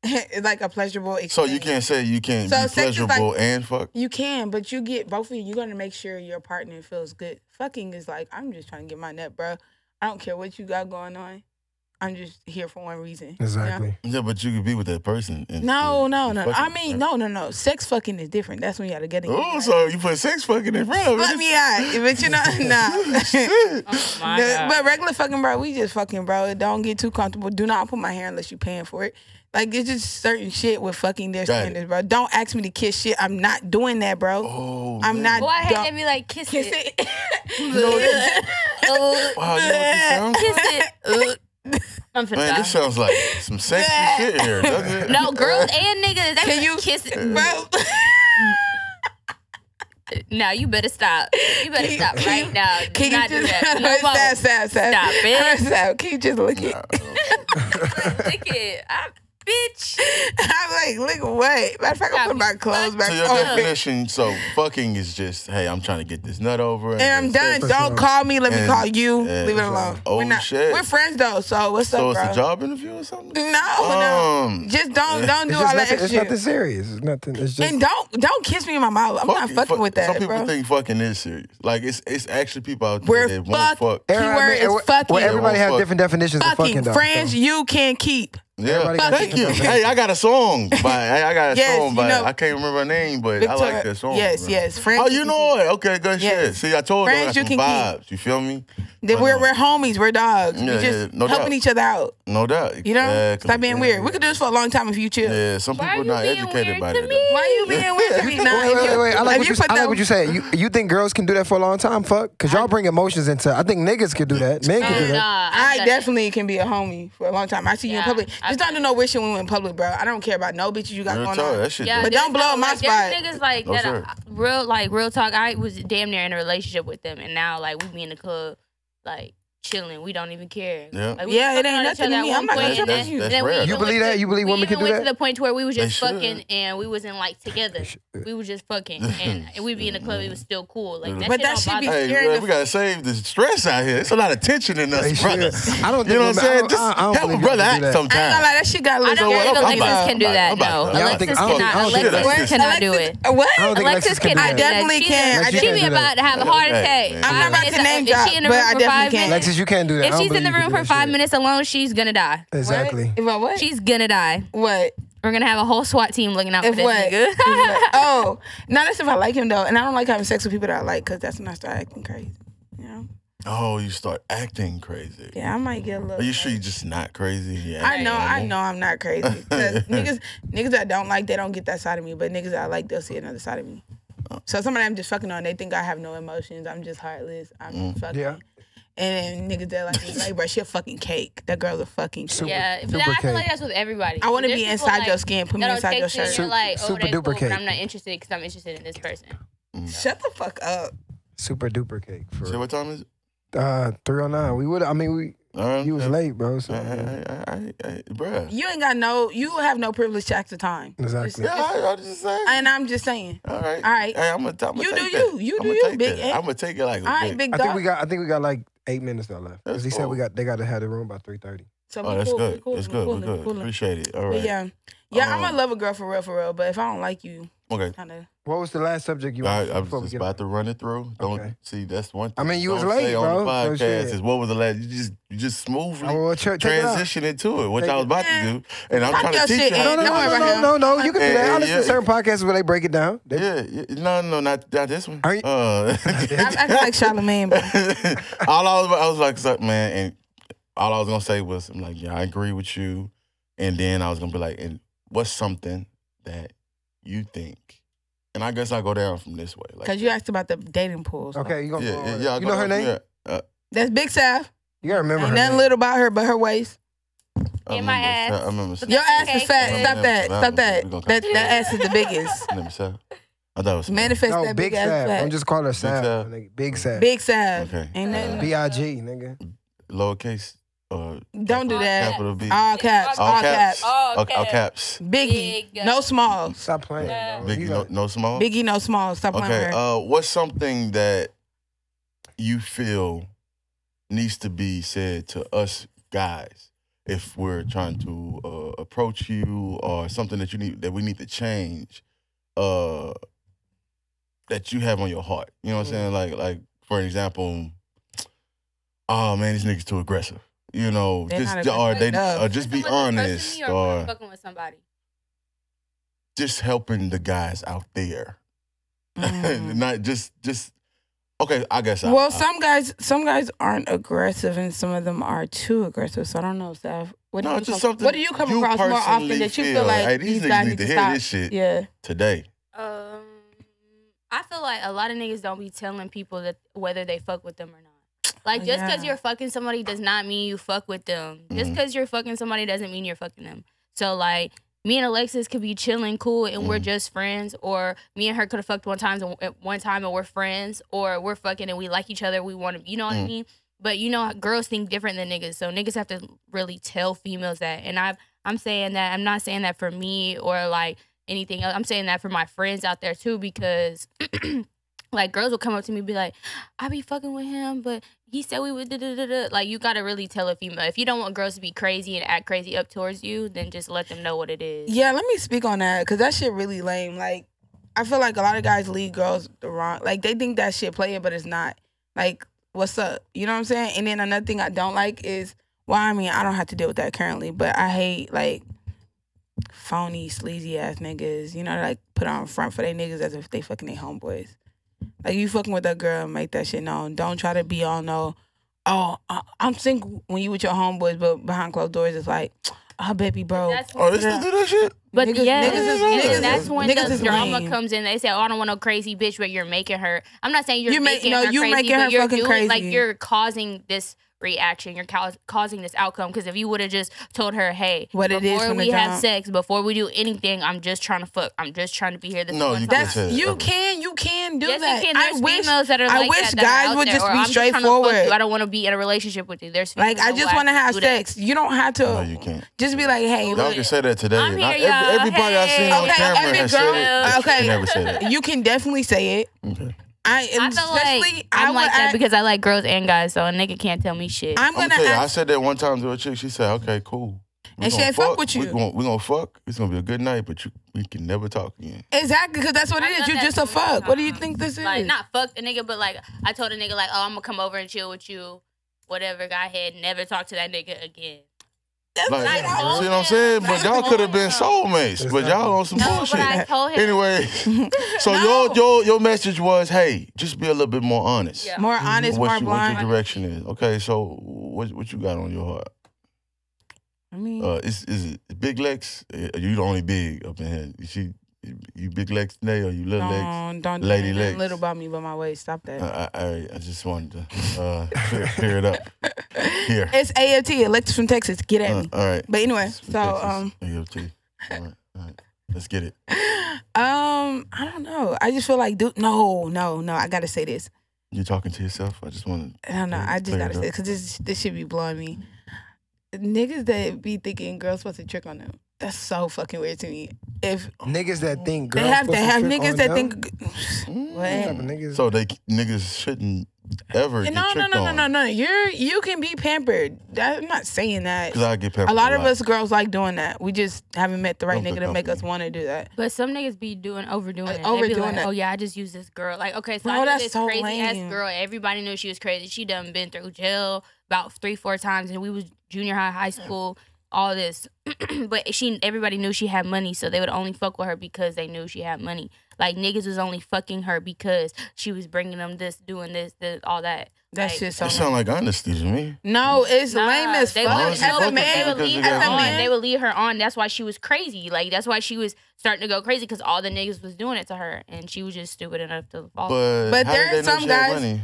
B: <laughs> it's like a pleasurable. Experience.
E: So you can't say you can't
B: So
E: be
B: sex is like-
E: pleasurable and fuck.
B: You can, but you get both of you. You're gonna make sure your partner feels good. Fucking is like I'm just trying to get my nut, bro. I don't care what you got going on. I'm just here for one reason. you know?
A: exactly.
E: Yeah, but you could be with that person. And,
B: No,
E: and-
B: no,
E: and
B: no.
E: fuck
B: I
E: it,
B: mean,
E: right?
B: no, no, no. Sex fucking is different. That's when you gotta get it.
E: Oh, so you put sex fucking in front of it.
B: let me out,
E: <laughs>
B: but you know, <laughs> nah.
E: Shit.
C: Oh my
B: The-
C: God.
B: but regular fucking bro, we just fucking bro. Don't get too comfortable. Do not put my hair unless you paying for it. Like it's just certain shit with fucking their
E: Got it.
B: standards, bro. Don't ask me to kiss shit. I'm not doing that, bro. <laughs>
E: Oh,
B: I'm not-
E: man.
C: Well, I hate
B: Don't-
C: to be like kiss,
B: Kiss
C: it. <laughs>
B: it.
C: Ugh.
E: Wow, you know what this sounds like?
C: kiss it. Ugh. <laughs>
B: <laughs>
C: I'm finna
E: Man,
C: die.
E: this sounds like some sexy shit here, doesn't it?
C: <laughs> No, girls and niggas. They
B: Can
C: Can
B: you-
C: you kiss
B: <laughs>
C: it?
B: bro.
C: Now you better stop. You better stop right now. Do
B: Can you
C: not
B: just
C: do
B: <laughs>
C: that. No more.
B: stop, stop, stop,
C: Stop
B: <laughs>
C: it.
B: Stop. Can you just look at?
C: Lick it. I, bitch.
B: <laughs> I'm like, look what? Matter of fact, I
C: Stop.
B: put my clothes back
E: So your
B: on.
E: definition, so fucking is just, hey, I'm trying to get this nut over,
B: And I'm done.
E: that's it.
B: Don't call me. Let me
E: And-
B: call you.
E: and-
B: Leave it alone.
E: Oh,
B: we're not,
E: shit.
B: We're friends though. So what's
E: So
B: up,
E: it's
B: bro?
E: a job interview or something?
B: No,
E: Um,
B: no. Just don't don't do
A: It's,
B: all
A: just
B: that
A: nothing, it's
B: extra.
A: nothing serious. It's nothing. It's just
B: and don't don't kiss me in my mouth. I'm not
E: it.
B: fucking
E: Fuck-
B: with that,
E: Some people
B: bro.
E: think fucking is serious. Like it's it's actually people out there
B: We're fuck-
E: that won't fuck.
B: Every-
A: Every-
B: keyword is
A: well,
B: fucking.
A: Well, everybody
E: Yeah,
A: has
E: well,
A: different definitions of
B: Fucking
A: fucking though.
B: friends
A: so.
B: you can keep.
E: Yeah,
A: Everybody got
E: thank you.
A: different
E: Hey, I got a song by hey, I got a
B: Yes,
E: song
B: you
E: by
B: know-
E: I can't remember her name, but I
B: Victoria-
E: like that song.
B: Yes,
E: bro.
B: yes. Friends.
E: Oh, you know it. Okay, good shit.
B: Yes.
E: See, I told you, I
B: Friends
E: got
B: you
E: some
B: can
E: vibes. You feel me?
B: That
E: But
B: we're
E: Oh, no,
B: we're homies. We're dogs.
E: Yeah,
B: we
E: yeah,
B: just
E: no doubt.
B: helping each other out.
E: no doubt.
B: You know.
E: Exactly.
B: Stop being weird. We could do this for a long time if you chill.
E: Yeah, some
C: Why are
E: people
C: you
E: not
C: being
E: educated
C: weird
E: about
C: to
E: it.
C: me?
B: Why you being weird to me?
E: <laughs>
B: Nah,
A: Wait,
B: if
A: wait,
B: you-
A: wait. I
B: if
A: like, what you,
B: put
A: I like
B: the-
A: what you said. You, you think girls can do that for a long time? Fuck. Because y'all bring emotions into I think niggas could do that. Men can do
C: Oh,
A: that.
C: nah,
B: I
C: I'm done.
B: definitely can be a homie for a long time. I see you in
C: Yeah,
B: public. Just
C: I've
B: don't
C: done
B: do no wishing when we in public, bro. I don't care about no bitches you got
E: Real
B: going
E: talk,
B: on.
E: that shit.
C: Yeah,
E: dope.
B: But don't
C: there's
B: blow
C: no-
B: up my
C: like,
B: spot.
C: There's niggas like
A: Oh,
E: No,
C: that.
E: sir.
C: I, real like real talk. I was damn near in a relationship with them, and now like we be in the club, like chilling. We don't even care.
E: Yeah.
C: Like, we
B: Yeah, it
C: fucking
B: ain't
C: on each
B: nothing to
C: other at
B: me. I'm
C: one
B: not
C: point,
E: gonna
C: and
E: judge
C: then-
E: you. That's-
C: then
E: that's
C: we
E: rare.
C: even
A: You
C: went
A: believe
C: to-
A: that? You believe
C: we
A: women
C: even
A: can do
C: went
A: that?
C: to the point to where we was
E: They
C: just
E: should.
C: fucking and we wasn't
A: <laughs>
C: like together. We was just fucking and and we be in the club. It was still cool. Like that
B: But
C: shit
B: that
C: don't
B: should
C: bother
B: be-
C: me.
E: Hey,
B: Scaring
E: man,
B: the
E: we gotta save the stress out here. It's a lot of tension in us,
A: Hey, shit.
E: brothers.
A: I don't think
E: you know what I'm
A: women- I
E: saying.
A: don't-
E: Just
A: I don't
E: help a
A: believe
E: brother
A: y'all
E: out
A: can do that.
B: I ain't gonna
E: sometimes.
B: lie, that shit got a
C: I
B: little
C: don't
E: what?
C: think
E: I'm
C: Alexis
E: about-
C: can do
E: I'm
C: that.
E: about-
C: No,
E: I'm about-
A: I
C: Alexis
A: don't think- I
C: cannot.
A: don't think
C: Alexis
A: Alexis-
C: cannot do it.
B: What?
A: I don't think
C: Alexis
A: Alexis can do
C: cannot
A: that.
C: do
B: I
C: that.
B: definitely
C: She-
B: can. I
C: She,
A: can't
C: be
A: do
C: about
A: that.
C: to have a
E: Hey,
C: heart
E: hey,
C: attack.
E: man. I'm not
B: about
C: If-
B: to name
C: if she
B: drop,
C: in the
B: but
C: room
B: I
C: for
B: definitely
C: five
B: can.
C: minutes-
A: Alexis, you can't do that. I
C: If
A: don't
C: she's in
A: believe
C: the
A: you can
C: room
A: do
C: for
A: that
C: five
A: shit.
C: minutes alone, she's gonna die.
A: Exactly.
B: If I what?
C: She's gonna die.
B: what?
C: We're gonna have a whole SWAT team looking out for
B: If
C: this
B: what?
C: nigga.
B: If
C: <laughs>
B: what? Oh, no, that's if I like him though, and I don't like having sex with people that I like because that's when I start acting crazy. You know?
E: Oh, you start acting crazy.
B: Yeah, I might get a little.
E: Are you sure you're just not crazy? Yeah.
B: I know, I know, I'm not crazy. 'Cause
E: <laughs>
B: niggas, niggas that I don't like, they don't get that side of me. But niggas that I like, they'll see another side of me.
E: Oh.
B: So somebody I'm just fucking on, they think I have no emotions. I'm just heartless. I'm
E: Mm.
B: fucking.
A: Yeah.
B: And then niggas that like, me, like, bro, she a fucking cake. That girl's a fucking. Cake.
A: Super-
C: yeah, but
A: super
C: I feel
A: cake.
C: like that's with everybody.
B: I want to
C: There's
B: be
C: people,
B: inside
C: like,
B: your skin. Put
C: that
B: me
C: don't
B: inside
C: take
B: your
C: to it and
B: shirt.
C: you're like, oh,
A: super
C: they cool,
A: duper
C: but
A: cake.
C: I'm not interested because I'm interested in this person.
B: Shut the fuck up.
A: Super duper cake. For,
E: So what time is it?
A: uh, 309. We would, I mean, we
E: All right.
A: you was late, bro. So,
E: I, I,
A: yeah.
E: I, I, I, bruh.
B: You ain't got no. You have no privilege to ask the time.
A: Exactly.
E: Yeah, I, I just saying.
B: And I'm just saying.
E: All right.
B: All right.
E: Hey, I'm gonna I'm
B: You do
E: take
B: you.
E: That.
B: You
E: I'm
B: do
E: gonna
B: you,
E: take
B: big
E: that.
B: A.
E: I'm gonna take it like a
B: All right,
E: big.
B: big
A: I
B: dog.
A: think we got, I think we got like eight minutes though left. Because
E: That's
A: he said we
E: cool.
A: got, they got to have the room by 3.30.
B: So
E: Oh,
B: we
E: that's
B: cool,
E: good.
B: we cool,
E: that's
B: we
E: good.
B: cool,
E: we
B: we
E: good.
B: cool.
E: Appreciate it. All
B: But
E: right.
B: yeah, yeah, I'm
E: Um,
B: gonna love a girl for real, for real. But if I don't like you,
E: Okay.
B: kind of
A: What was the last subject you?
E: I,
A: wanted
E: I was
A: before we
E: just
A: get-
E: about to run it through. Don't
A: Okay.
E: see that's one. Thing.
A: I mean, you was
E: Don't
A: late,
E: say on the
A: bro, so
E: podcast
A: shit.
E: is what was the last. You just you just
A: Oh,
E: smoothly
A: well, check- check it out.
E: transition into it, which
A: Take
E: I was
A: it.
E: about to do, and I'm
B: Fuck
E: trying
B: your
E: to teach
B: shit,
E: you. how
A: No,
E: to
A: no,
E: do
A: no,
B: Ain't
E: it.
A: no,
B: nobody
A: no, no, no,
B: here.
A: You can do
E: Hey,
A: that. I
E: hey,
A: listen
E: yeah.
A: to certain podcasts where they break it down. They-
E: Yeah, yeah, no, no, not, not this one.
A: Are you-
E: uh,
B: I, I
E: <laughs>
B: like Charlemagne, <laughs> but
E: all I was, I was like, "Suck, man, and all I was gonna say was, I'm like, yeah, I agree with you. And then I was gonna be like, and what's something that you think? And I guess I go down from this way, like,
B: because you asked about the dating pools.
A: Okay, you
E: yeah,
A: gonna go
E: yeah,
A: over
E: yeah, I
A: it. You
E: go
A: know her
E: down-
A: name?
E: yeah, uh,
B: that's Big Sav.
A: You gotta remember
B: Ain't
A: her
B: nothing
A: name.
B: little about her, but her waist.
E: I
C: In my
E: remember, uh,
C: ass.
E: I remember. Sal-
B: Your ass
E: <laughs>
C: Okay,
B: is fat.
E: good.
B: Stop that.
E: That
B: Stop
E: was-
B: that.
E: we gonna
B: That
E: cut
B: that ass is the
C: <laughs>
B: biggest.
E: I remember Sal. I thought it was
B: Manifest
A: No,
B: that
A: big
B: big, ass
A: Sav.
B: fat.
A: I'm just calling her Sav.
E: Sav.
A: my nigga. Big Sav.
B: Big Sav.
E: Okay.
B: Ain't nothing.
A: B I G, nigga.
E: lowercase or
B: Don't do that.
E: capital B.
B: All caps.
E: All
B: All
E: caps.
B: caps.
E: All,
C: All
E: all
C: caps.
E: caps.
B: Biggie.
C: Big.
B: No smalls.
A: Stop playing.
C: Yeah.
A: bro.
E: Big,
A: You
E: no,
A: got-
E: no small.
B: Biggie, no smalls. Stop playing
E: Okay.
B: with her.
E: Uh, what's something that you feel needs to be said to us guys if we're trying to uh, approach you or something that you need that we need to change uh, that you have on your heart? You know what I'm saying? Like, like for example, oh man, these niggas too aggressive. You know,
B: They're
E: just
B: not
E: or
B: aggressive
E: they
B: enough.
E: or just be honest
C: Or,
E: or
C: fucking with somebody.
E: just helping the guys out there. <laughs>
B: Mm.
E: not just just okay i guess I,
B: Well,
E: I-
B: some guys, some guys aren't aggressive, and some of them are too aggressive. So I don't know, Steph. What do
E: No,
B: you
E: just
B: come,
E: something
B: What do you come
E: you
B: across more often
E: personally
B: that you feel,
E: feel,
B: like
E: "Hey, these
B: these,
E: niggas
B: guys
E: need
B: need
E: to
B: to
E: hear
B: stop"?
E: this shit.
B: Yeah,
E: today
C: Um, I feel like a lot of niggas don't be telling people that whether they fuck with them or not. Like just because
B: Yeah.
C: you're fucking somebody does not mean you fuck with them. Just
E: Mhm.
C: because you're fucking somebody doesn't mean you're fucking them. So like me and Alexis could be chilling, cool, and we're
E: Mhm.
C: just friends. Or me and her could have fucked one time, and at one time, and we're friends. Or we're fucking and we like each other. We want to, you know what I
E: Mhm.
C: mean? But you know, girls think different than niggas. So niggas have to really tell females that. And I've I'm saying that I'm not saying that for me or like anything else. I'm saying that for my friends out there too because <clears throat> like girls will come up to me and be like, I be fucking with him, but he said we would da da da da. Like you gotta really tell a female if you don't want girls to be crazy and act crazy up towards you, then just let them know what it is.
B: yeah. Let me speak on that because that shit really lame. Like, I feel like a lot of guys lead girls the wrong. Like they think that shit playing, but it's not. Like, what's up? You know what I'm saying? And then another thing I don't like is, well, I mean, I don't have to deal with that currently, but I hate like phony, sleazy ass niggas. You know, like put on front for they niggas as if they fucking they homeboys. Like you fucking with that girl, make that shit known. Don't try to be all no. Oh, I- I'm single when you with your homeboys, but behind closed doors, it's like, oh, baby, bro.
C: That's
E: oh this is do that shit
C: but
B: niggas-
C: yeah,
B: niggas is-
C: and
E: niggas
C: that's
E: is-
C: when
B: niggas
C: the
B: is
C: drama
B: lame.
C: comes in. They say, "Oh, I don't want no crazy bitch," but you're making her. I'm not saying you're
B: You make-
C: making
B: no,
C: her
B: you
C: crazy,
B: making
C: but
B: her
C: you're
B: fucking
C: doing like
B: crazy.
C: you're causing this reaction. You're cau- causing this outcome because if you would have just told her, "Hey,
B: What it is
C: before
B: from the
C: we have
B: jump."
C: sex, before we do anything, I'm just trying to fuck. I'm just trying to be here." This
E: No,
C: one
E: you
C: time.
B: That's
E: Okay,
B: you
E: okay.
B: can you can do
C: Yes,
B: that.
C: you can.
B: I
C: There's
B: wish
C: females that are
B: I
C: like
B: wish
C: that, that are
B: guys
C: out
B: would
C: there,
B: just
C: or
B: be
C: I'm trying to fuck you.
B: straightforward.
C: I don't want to be in a relationship with you. There's
B: like I
C: females
B: just
C: that
B: want to
C: will
B: have
C: do that.
B: sex. You don't have to
E: no you can't
B: just be like, hey,
E: y'all
B: look,
E: can say that today
C: I'm
E: Not
C: here,
E: every-
C: y'all.
E: everybody i seen on
B: Okay,
E: camera
B: every
E: has said
B: girl-
E: it, but you
B: okay.
E: can never say
B: <laughs>
E: that
B: you can definitely say it.
E: okay.
B: I,
C: I
B: and
C: feel
B: especially
C: like
B: I
C: I'm
B: would
C: like that
B: ask-
C: because I like girls and guys, so a nigga can't tell me shit.
B: I'm
E: i'm
B: gonna
E: gonna tell you i
B: ask.
E: said that one time to a chick she said okay cool We
B: And she
E: gonna
B: ain't fuck with you.
E: We're gonna, we gonna fuck. It's gonna be a good night, but you, we can never talk again.
B: Exactly, because that's what
C: I
B: it is.
C: done
B: You
C: that
B: just a
C: so many
B: fuck. What do you
C: times.
B: think this is?
C: like not fuck the nigga, but like I told a nigga like, oh, I'm gonna come over and chill with you, whatever. Go ahead, never talk to that nigga again.
B: That's
C: Like,
E: Like, you
B: not-
E: see what I'm saying? But
B: oh,
E: y'all could have been
C: It's
E: soulmates,
A: not-
E: but y'all on some
C: No,
E: bullshit.
C: but I told
B: <laughs>
C: him.
E: Anyway, so
B: No.
E: your your your message was, hey, just be a little bit more honest.
C: Yeah.
B: more honest,
E: what,
B: more
E: you, what
B: blind.
E: your direction is. Okay, so what what you got on your heart?
B: I mean,
E: Uh, is is it big legs? Uh, You the only big up in here. You She, you big legs today or you little legs?
B: don't don't
E: lady
B: lady
E: legs.
B: little about me, but my way. Stop that.
E: I, I I- I just wanted to uh, clear, clear
B: <laughs>
E: it up. Here.
B: It's AFT, Alexis from Texas. Get at
E: Uh,
B: me.
E: all right.
B: But anyway,
E: Texas,
B: so um,
E: AFT. All right, all right. Let's get it.
B: um, I don't know. I just feel like, dude, no, no, no. I gotta say this.
E: You talking to yourself? I just want.
B: I don't know.
E: Yeah,
B: I just
E: clear it
B: gotta say
E: up.
B: because this this should be blowing me. Niggas that be thinking girls supposed to trick on them. That's so fucking weird to me. If
A: Niggas that think
B: they
A: girls
B: have to
A: supposed
B: have
A: trick
B: niggas
A: on
B: <sighs> that
A: them?
B: think.
E: Mm.
B: What?
A: Type of niggas.
E: So they niggas shouldn't ever get
B: No, no,
E: tricked
B: no, no,
E: on.
B: no, no. You're you can be pampered. I'm not saying that.
E: Because I get peppered.
B: A lot of us girls like doing that. We just haven't met the right
E: Don't feel
B: nigga to make us
E: comfortable.
B: want to do that.
C: But some niggas be doing overdoing
B: Like,
C: it. Overdoing
B: overdoing
C: like,
B: it.
C: Oh yeah, I just use this girl. Like okay, so
B: Bro,
C: I knew
B: that's
C: this
B: so
C: crazy ass
B: lame.
C: girl. Everybody knew she was crazy. She done been through jail about three, four times, and we was junior high, high
B: Mm.
C: school, all this. <clears throat> but she, everybody knew she had money, so they would only fuck with her because they knew she had money. Like niggas was only fucking her because she was bringing them this, doing this, this all that.
B: That
C: Like,
B: shit so.
E: That sound like honesty to me.
B: no, it's
C: Nah,
B: lame as
C: they
B: fuck.
E: would-
B: As a
E: would-
C: they
B: man,
C: would leave
B: as
E: because
C: her
E: they
B: a
E: got
C: on.
B: man,
C: They would leave her on. That's why she was crazy. Like that's why she was starting to go crazy because all the niggas was doing it to her, and she was just stupid enough to follow.
E: But,
B: But
E: how
B: there
E: did they
B: are
E: know
B: some
E: she had
B: guys-
E: money?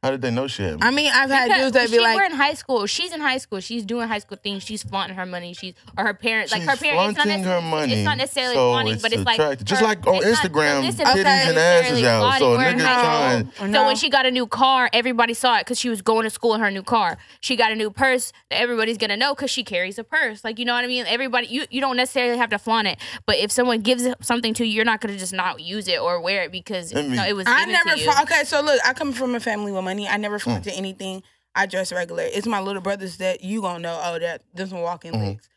E: How did they know she had money?
B: I mean, I've had
C: Because
B: dudes that be
C: she- we're
B: like,
C: in high school. She's in high school. She's doing high school things. She's flaunting her money. She's or her parents, like her
E: She's
C: parents. It's not
E: flaunting her
C: necessarily,
E: money.
C: It's not necessarily
E: so
C: flaunting, but it's like
E: attractive. just
C: her-
E: like on
C: it's not- so
E: Instagram,
C: listen,
E: titties
B: Okay.
E: and ass is
C: necessarily
E: out. So a
C: flaunting, we're
E: nigga's
C: not-
E: trying.
B: Or
C: So
B: no.
C: when she got a new car, everybody saw it because she was going to school in her new car. She got a new purse that everybody's gonna know because she carries a purse. Like you know what I mean? Everybody, you you don't necessarily have to flaunt it, but if someone gives something to you, you're not gonna just not use it or wear it because
E: Let me-
C: you know, it was.
B: I
C: given
B: never.
C: To you. Mm.
B: Fla- okay, so look, I come from a family with money. I never flaunted anything. I dress regular. It's my little brothers that you gonna know. Oh, that this one walking
C: Mm-hmm.
E: Mhm.
B: legs.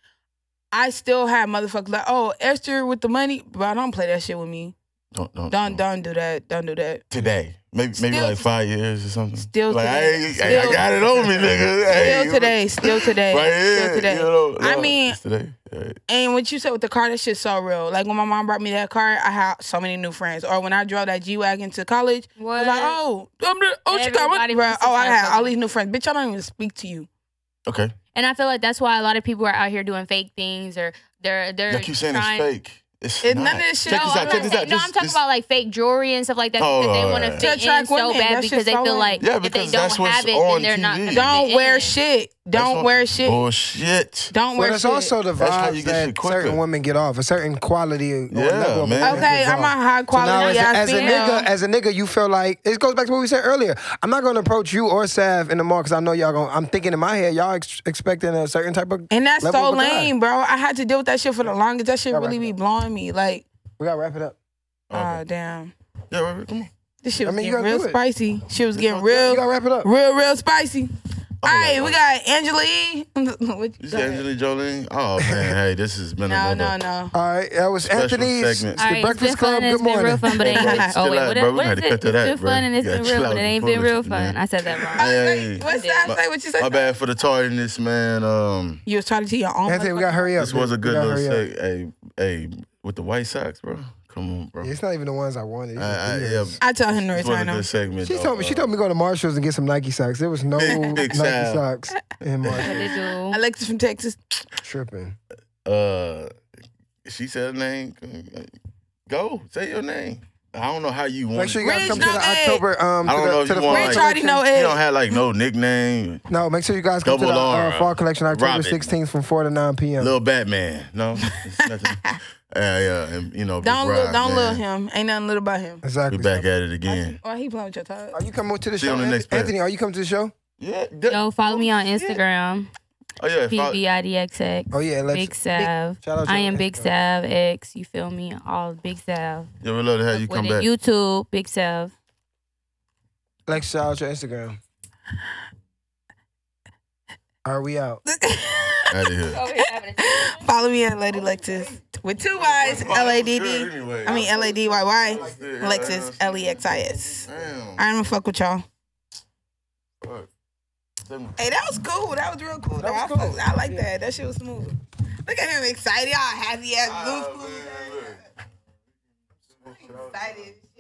B: I still have motherfuckers like, oh, Esther with the money, but don't play that shit with me.
E: Don't, don't,
B: Don't don't do that. Don't do that.
E: Today, maybe maybe
B: Still-
E: like five years or something.
B: still
E: like
B: today.
E: hey, I,
B: Still-
E: got it on me, nigga.
B: <laughs>
E: Hey,
B: Still today. Still today.
E: right here,
B: Still today.
E: you know,
B: I
E: no,
B: mean-
E: it's today. Right.
B: And what you said with the car, that shit's so real. Like when my mom brought me that car, I had so many new friends. Or when I drove that G wagon to college, I was
C: What?
B: like, oh, I'm the, oh, she got one.
C: Everybody
B: Bruh,
C: was
B: Oh, I had
C: successful.
B: all these new friends. Bitch, I don't even speak to you.
E: Okay,
C: And I feel like that's why a lot of people are out here doing fake things or they're they're
E: y'all keep saying
C: trying-
E: it's fake. It's
B: It-
E: not.
B: none of this shit- Oh,
E: Check
C: No, I'm not
E: this out. Check this
C: saying-
E: out.
C: no,
E: This-
C: I'm talking
E: this-
C: about like fake jewelry and stuff like that
E: Oh,
C: because they
E: all
C: want
E: right.
C: to fit
B: To attract
C: in so
B: women, that
C: bad
B: shit's
C: because they
B: so
C: feel
B: lame.
C: like
E: Yeah,
C: if they
E: because
C: don't
E: that's what's
C: have it, then
E: on
C: they're not. gonna
E: TV.
B: Don't
C: fit
B: wear
C: in.
B: shit.
E: that's
B: Don't
E: what-
B: wear shit.
E: Bullshit.
B: Don't
A: Well,
B: wear
A: that's
B: shit.
A: also the
E: That's how you
A: vibes
E: get shit
A: that
E: quicker.
A: certain women get off, a certain quality or
E: Yeah,
A: level. of
E: man.
A: women
B: okay,
A: gets
B: I'm a
A: off.
B: high
A: So now, as,
B: quality
A: a,
B: ass
A: as a
B: female.
A: nigga, as a nigga, you feel like it goes back to what we said earlier. I'm not going to approach you or Sav in the mall because I know y'all going. to I'm thinking in my head, y'all ex- expecting a certain type of.
B: and that's
A: level
B: so
A: of a guy.
B: lame, bro. I had to deal with that shit for the longest. That shit
A: All right.
B: really be blowing me. Like,
A: We gotta wrap it up.
B: oh, damn.
E: Yeah, right, right, come on.
B: This shit
A: I
B: was
A: mean, you
B: getting
A: gotta
B: real
A: do it.
B: spicy. She was getting
A: We gotta
B: real,
A: wrap it up.
B: real, real spicy.
E: Oh,
B: All right,
E: yeah,
B: we
E: oh.
B: got Angela E. <laughs> What you
E: This is
B: got?
E: Angelina Jolie. Oh man, hey, this has been
B: No,
E: another.
B: no, no.
A: All right, that was
E: Special
A: Anthony's
E: segment.
A: The
C: All right, it's
A: Breakfast
C: been fun
A: Club.
C: and
A: Good
C: it's been
A: morning.
C: real fun, but it ain't.
E: Chill
C: Oh
E: out,
C: wait, what,
E: bro.
C: it-
E: We
C: what
E: had
C: is
E: to
C: it?
E: cut
C: It's
E: that out,
C: been
E: bro.
C: fun and it's
E: You
C: been
E: gotta
C: real,
E: chill
C: but it
E: out
C: ain't
E: before
C: been
E: this,
C: real fun.
E: man.
C: I said that
B: Oh,
C: wrong.
E: Hey.
B: wait, what's that?
C: Yeah.
B: Say what you
E: My
B: said.
E: bad for the tardiness, man. Um,
B: You was trying to tell your own.
A: Anthony, we gotta hurry up.
E: this was a
A: dude.
E: good
A: We gotta
E: little
A: hurry up.
E: seg. Hey, hey, with the White Sox, bro. Come on, bro.
A: It's not even the ones I wanted.
E: I, I, yeah,
A: It's-
E: this
B: I tell him to
E: was a
B: return
E: good
B: him.
E: segment.
A: She
E: though.
A: told me she
E: Uh,
A: told me to go to Marshalls and get some Nike socks. There
E: <laughs>
A: was no
E: Big, big
A: Nike
E: sound.
A: socks in
C: But
A: Marshalls.
C: they do.
B: Alexis from Texas.
A: Tripping.
E: uh she said her name. Go say your name. I don't know how you
A: Make
E: want.
A: sure
E: it.
A: you guys
B: Rich
A: come to the
B: no egg.
A: October. Um,
E: I
A: to
E: don't
A: the,
E: know if
A: to
E: you
A: the
E: want,
A: fall
E: like-
B: Rich already
A: collection.
B: know
E: you
B: it.
E: don't have like no nickname.
A: No, make sure you guys come to
E: Double
A: the
E: R.
A: uh, fall collection October
E: Robin.
A: 16th from 4 to 9 p.m.
E: Little Batman. No,
A: <laughs>
E: it's nothing. yeah, yeah, and you know. Big
B: Don't look,
E: Rob,
B: don't
E: man.
B: look him. Ain't nothing little about him.
E: We
A: exactly.
E: back at it again.
B: Why he playing with your tie?
A: Are you coming to the
E: See
A: show?
E: you on the
A: Anth-
E: next page.
A: Anthony, are you coming to the show?
E: Yeah.
C: Yo, follow me on Instagram.
E: Oh yeah. follow-
C: BBIDXX.
A: Oh, yeah. Let's,
C: Big Sav.
A: shout out to
C: I am
A: Instagram.
C: Big Sav X. You feel me? All Big Sav.
E: Yeah, we love to have you
C: With
E: come
C: it,
E: back.
C: YouTube, Big Sav.
A: Lex, shout out your Instagram. Are we out?
B: <laughs>
E: Out of here.
B: Follow me at Lady Lexus with two Y's. L A D D. I mean L A D Y Y. Lexus L E X I S.
E: Damn.
B: I'm gonna fuck with y'all.
E: fuck.
B: Hey, that was cool. That was real cool. though.
A: That was
B: I,
A: cool.
B: fuck- I like that. That shit was smooth. Look at
A: Ah,
B: him excited, all happy ass, goofy,
E: Ah, man, look.
B: excited.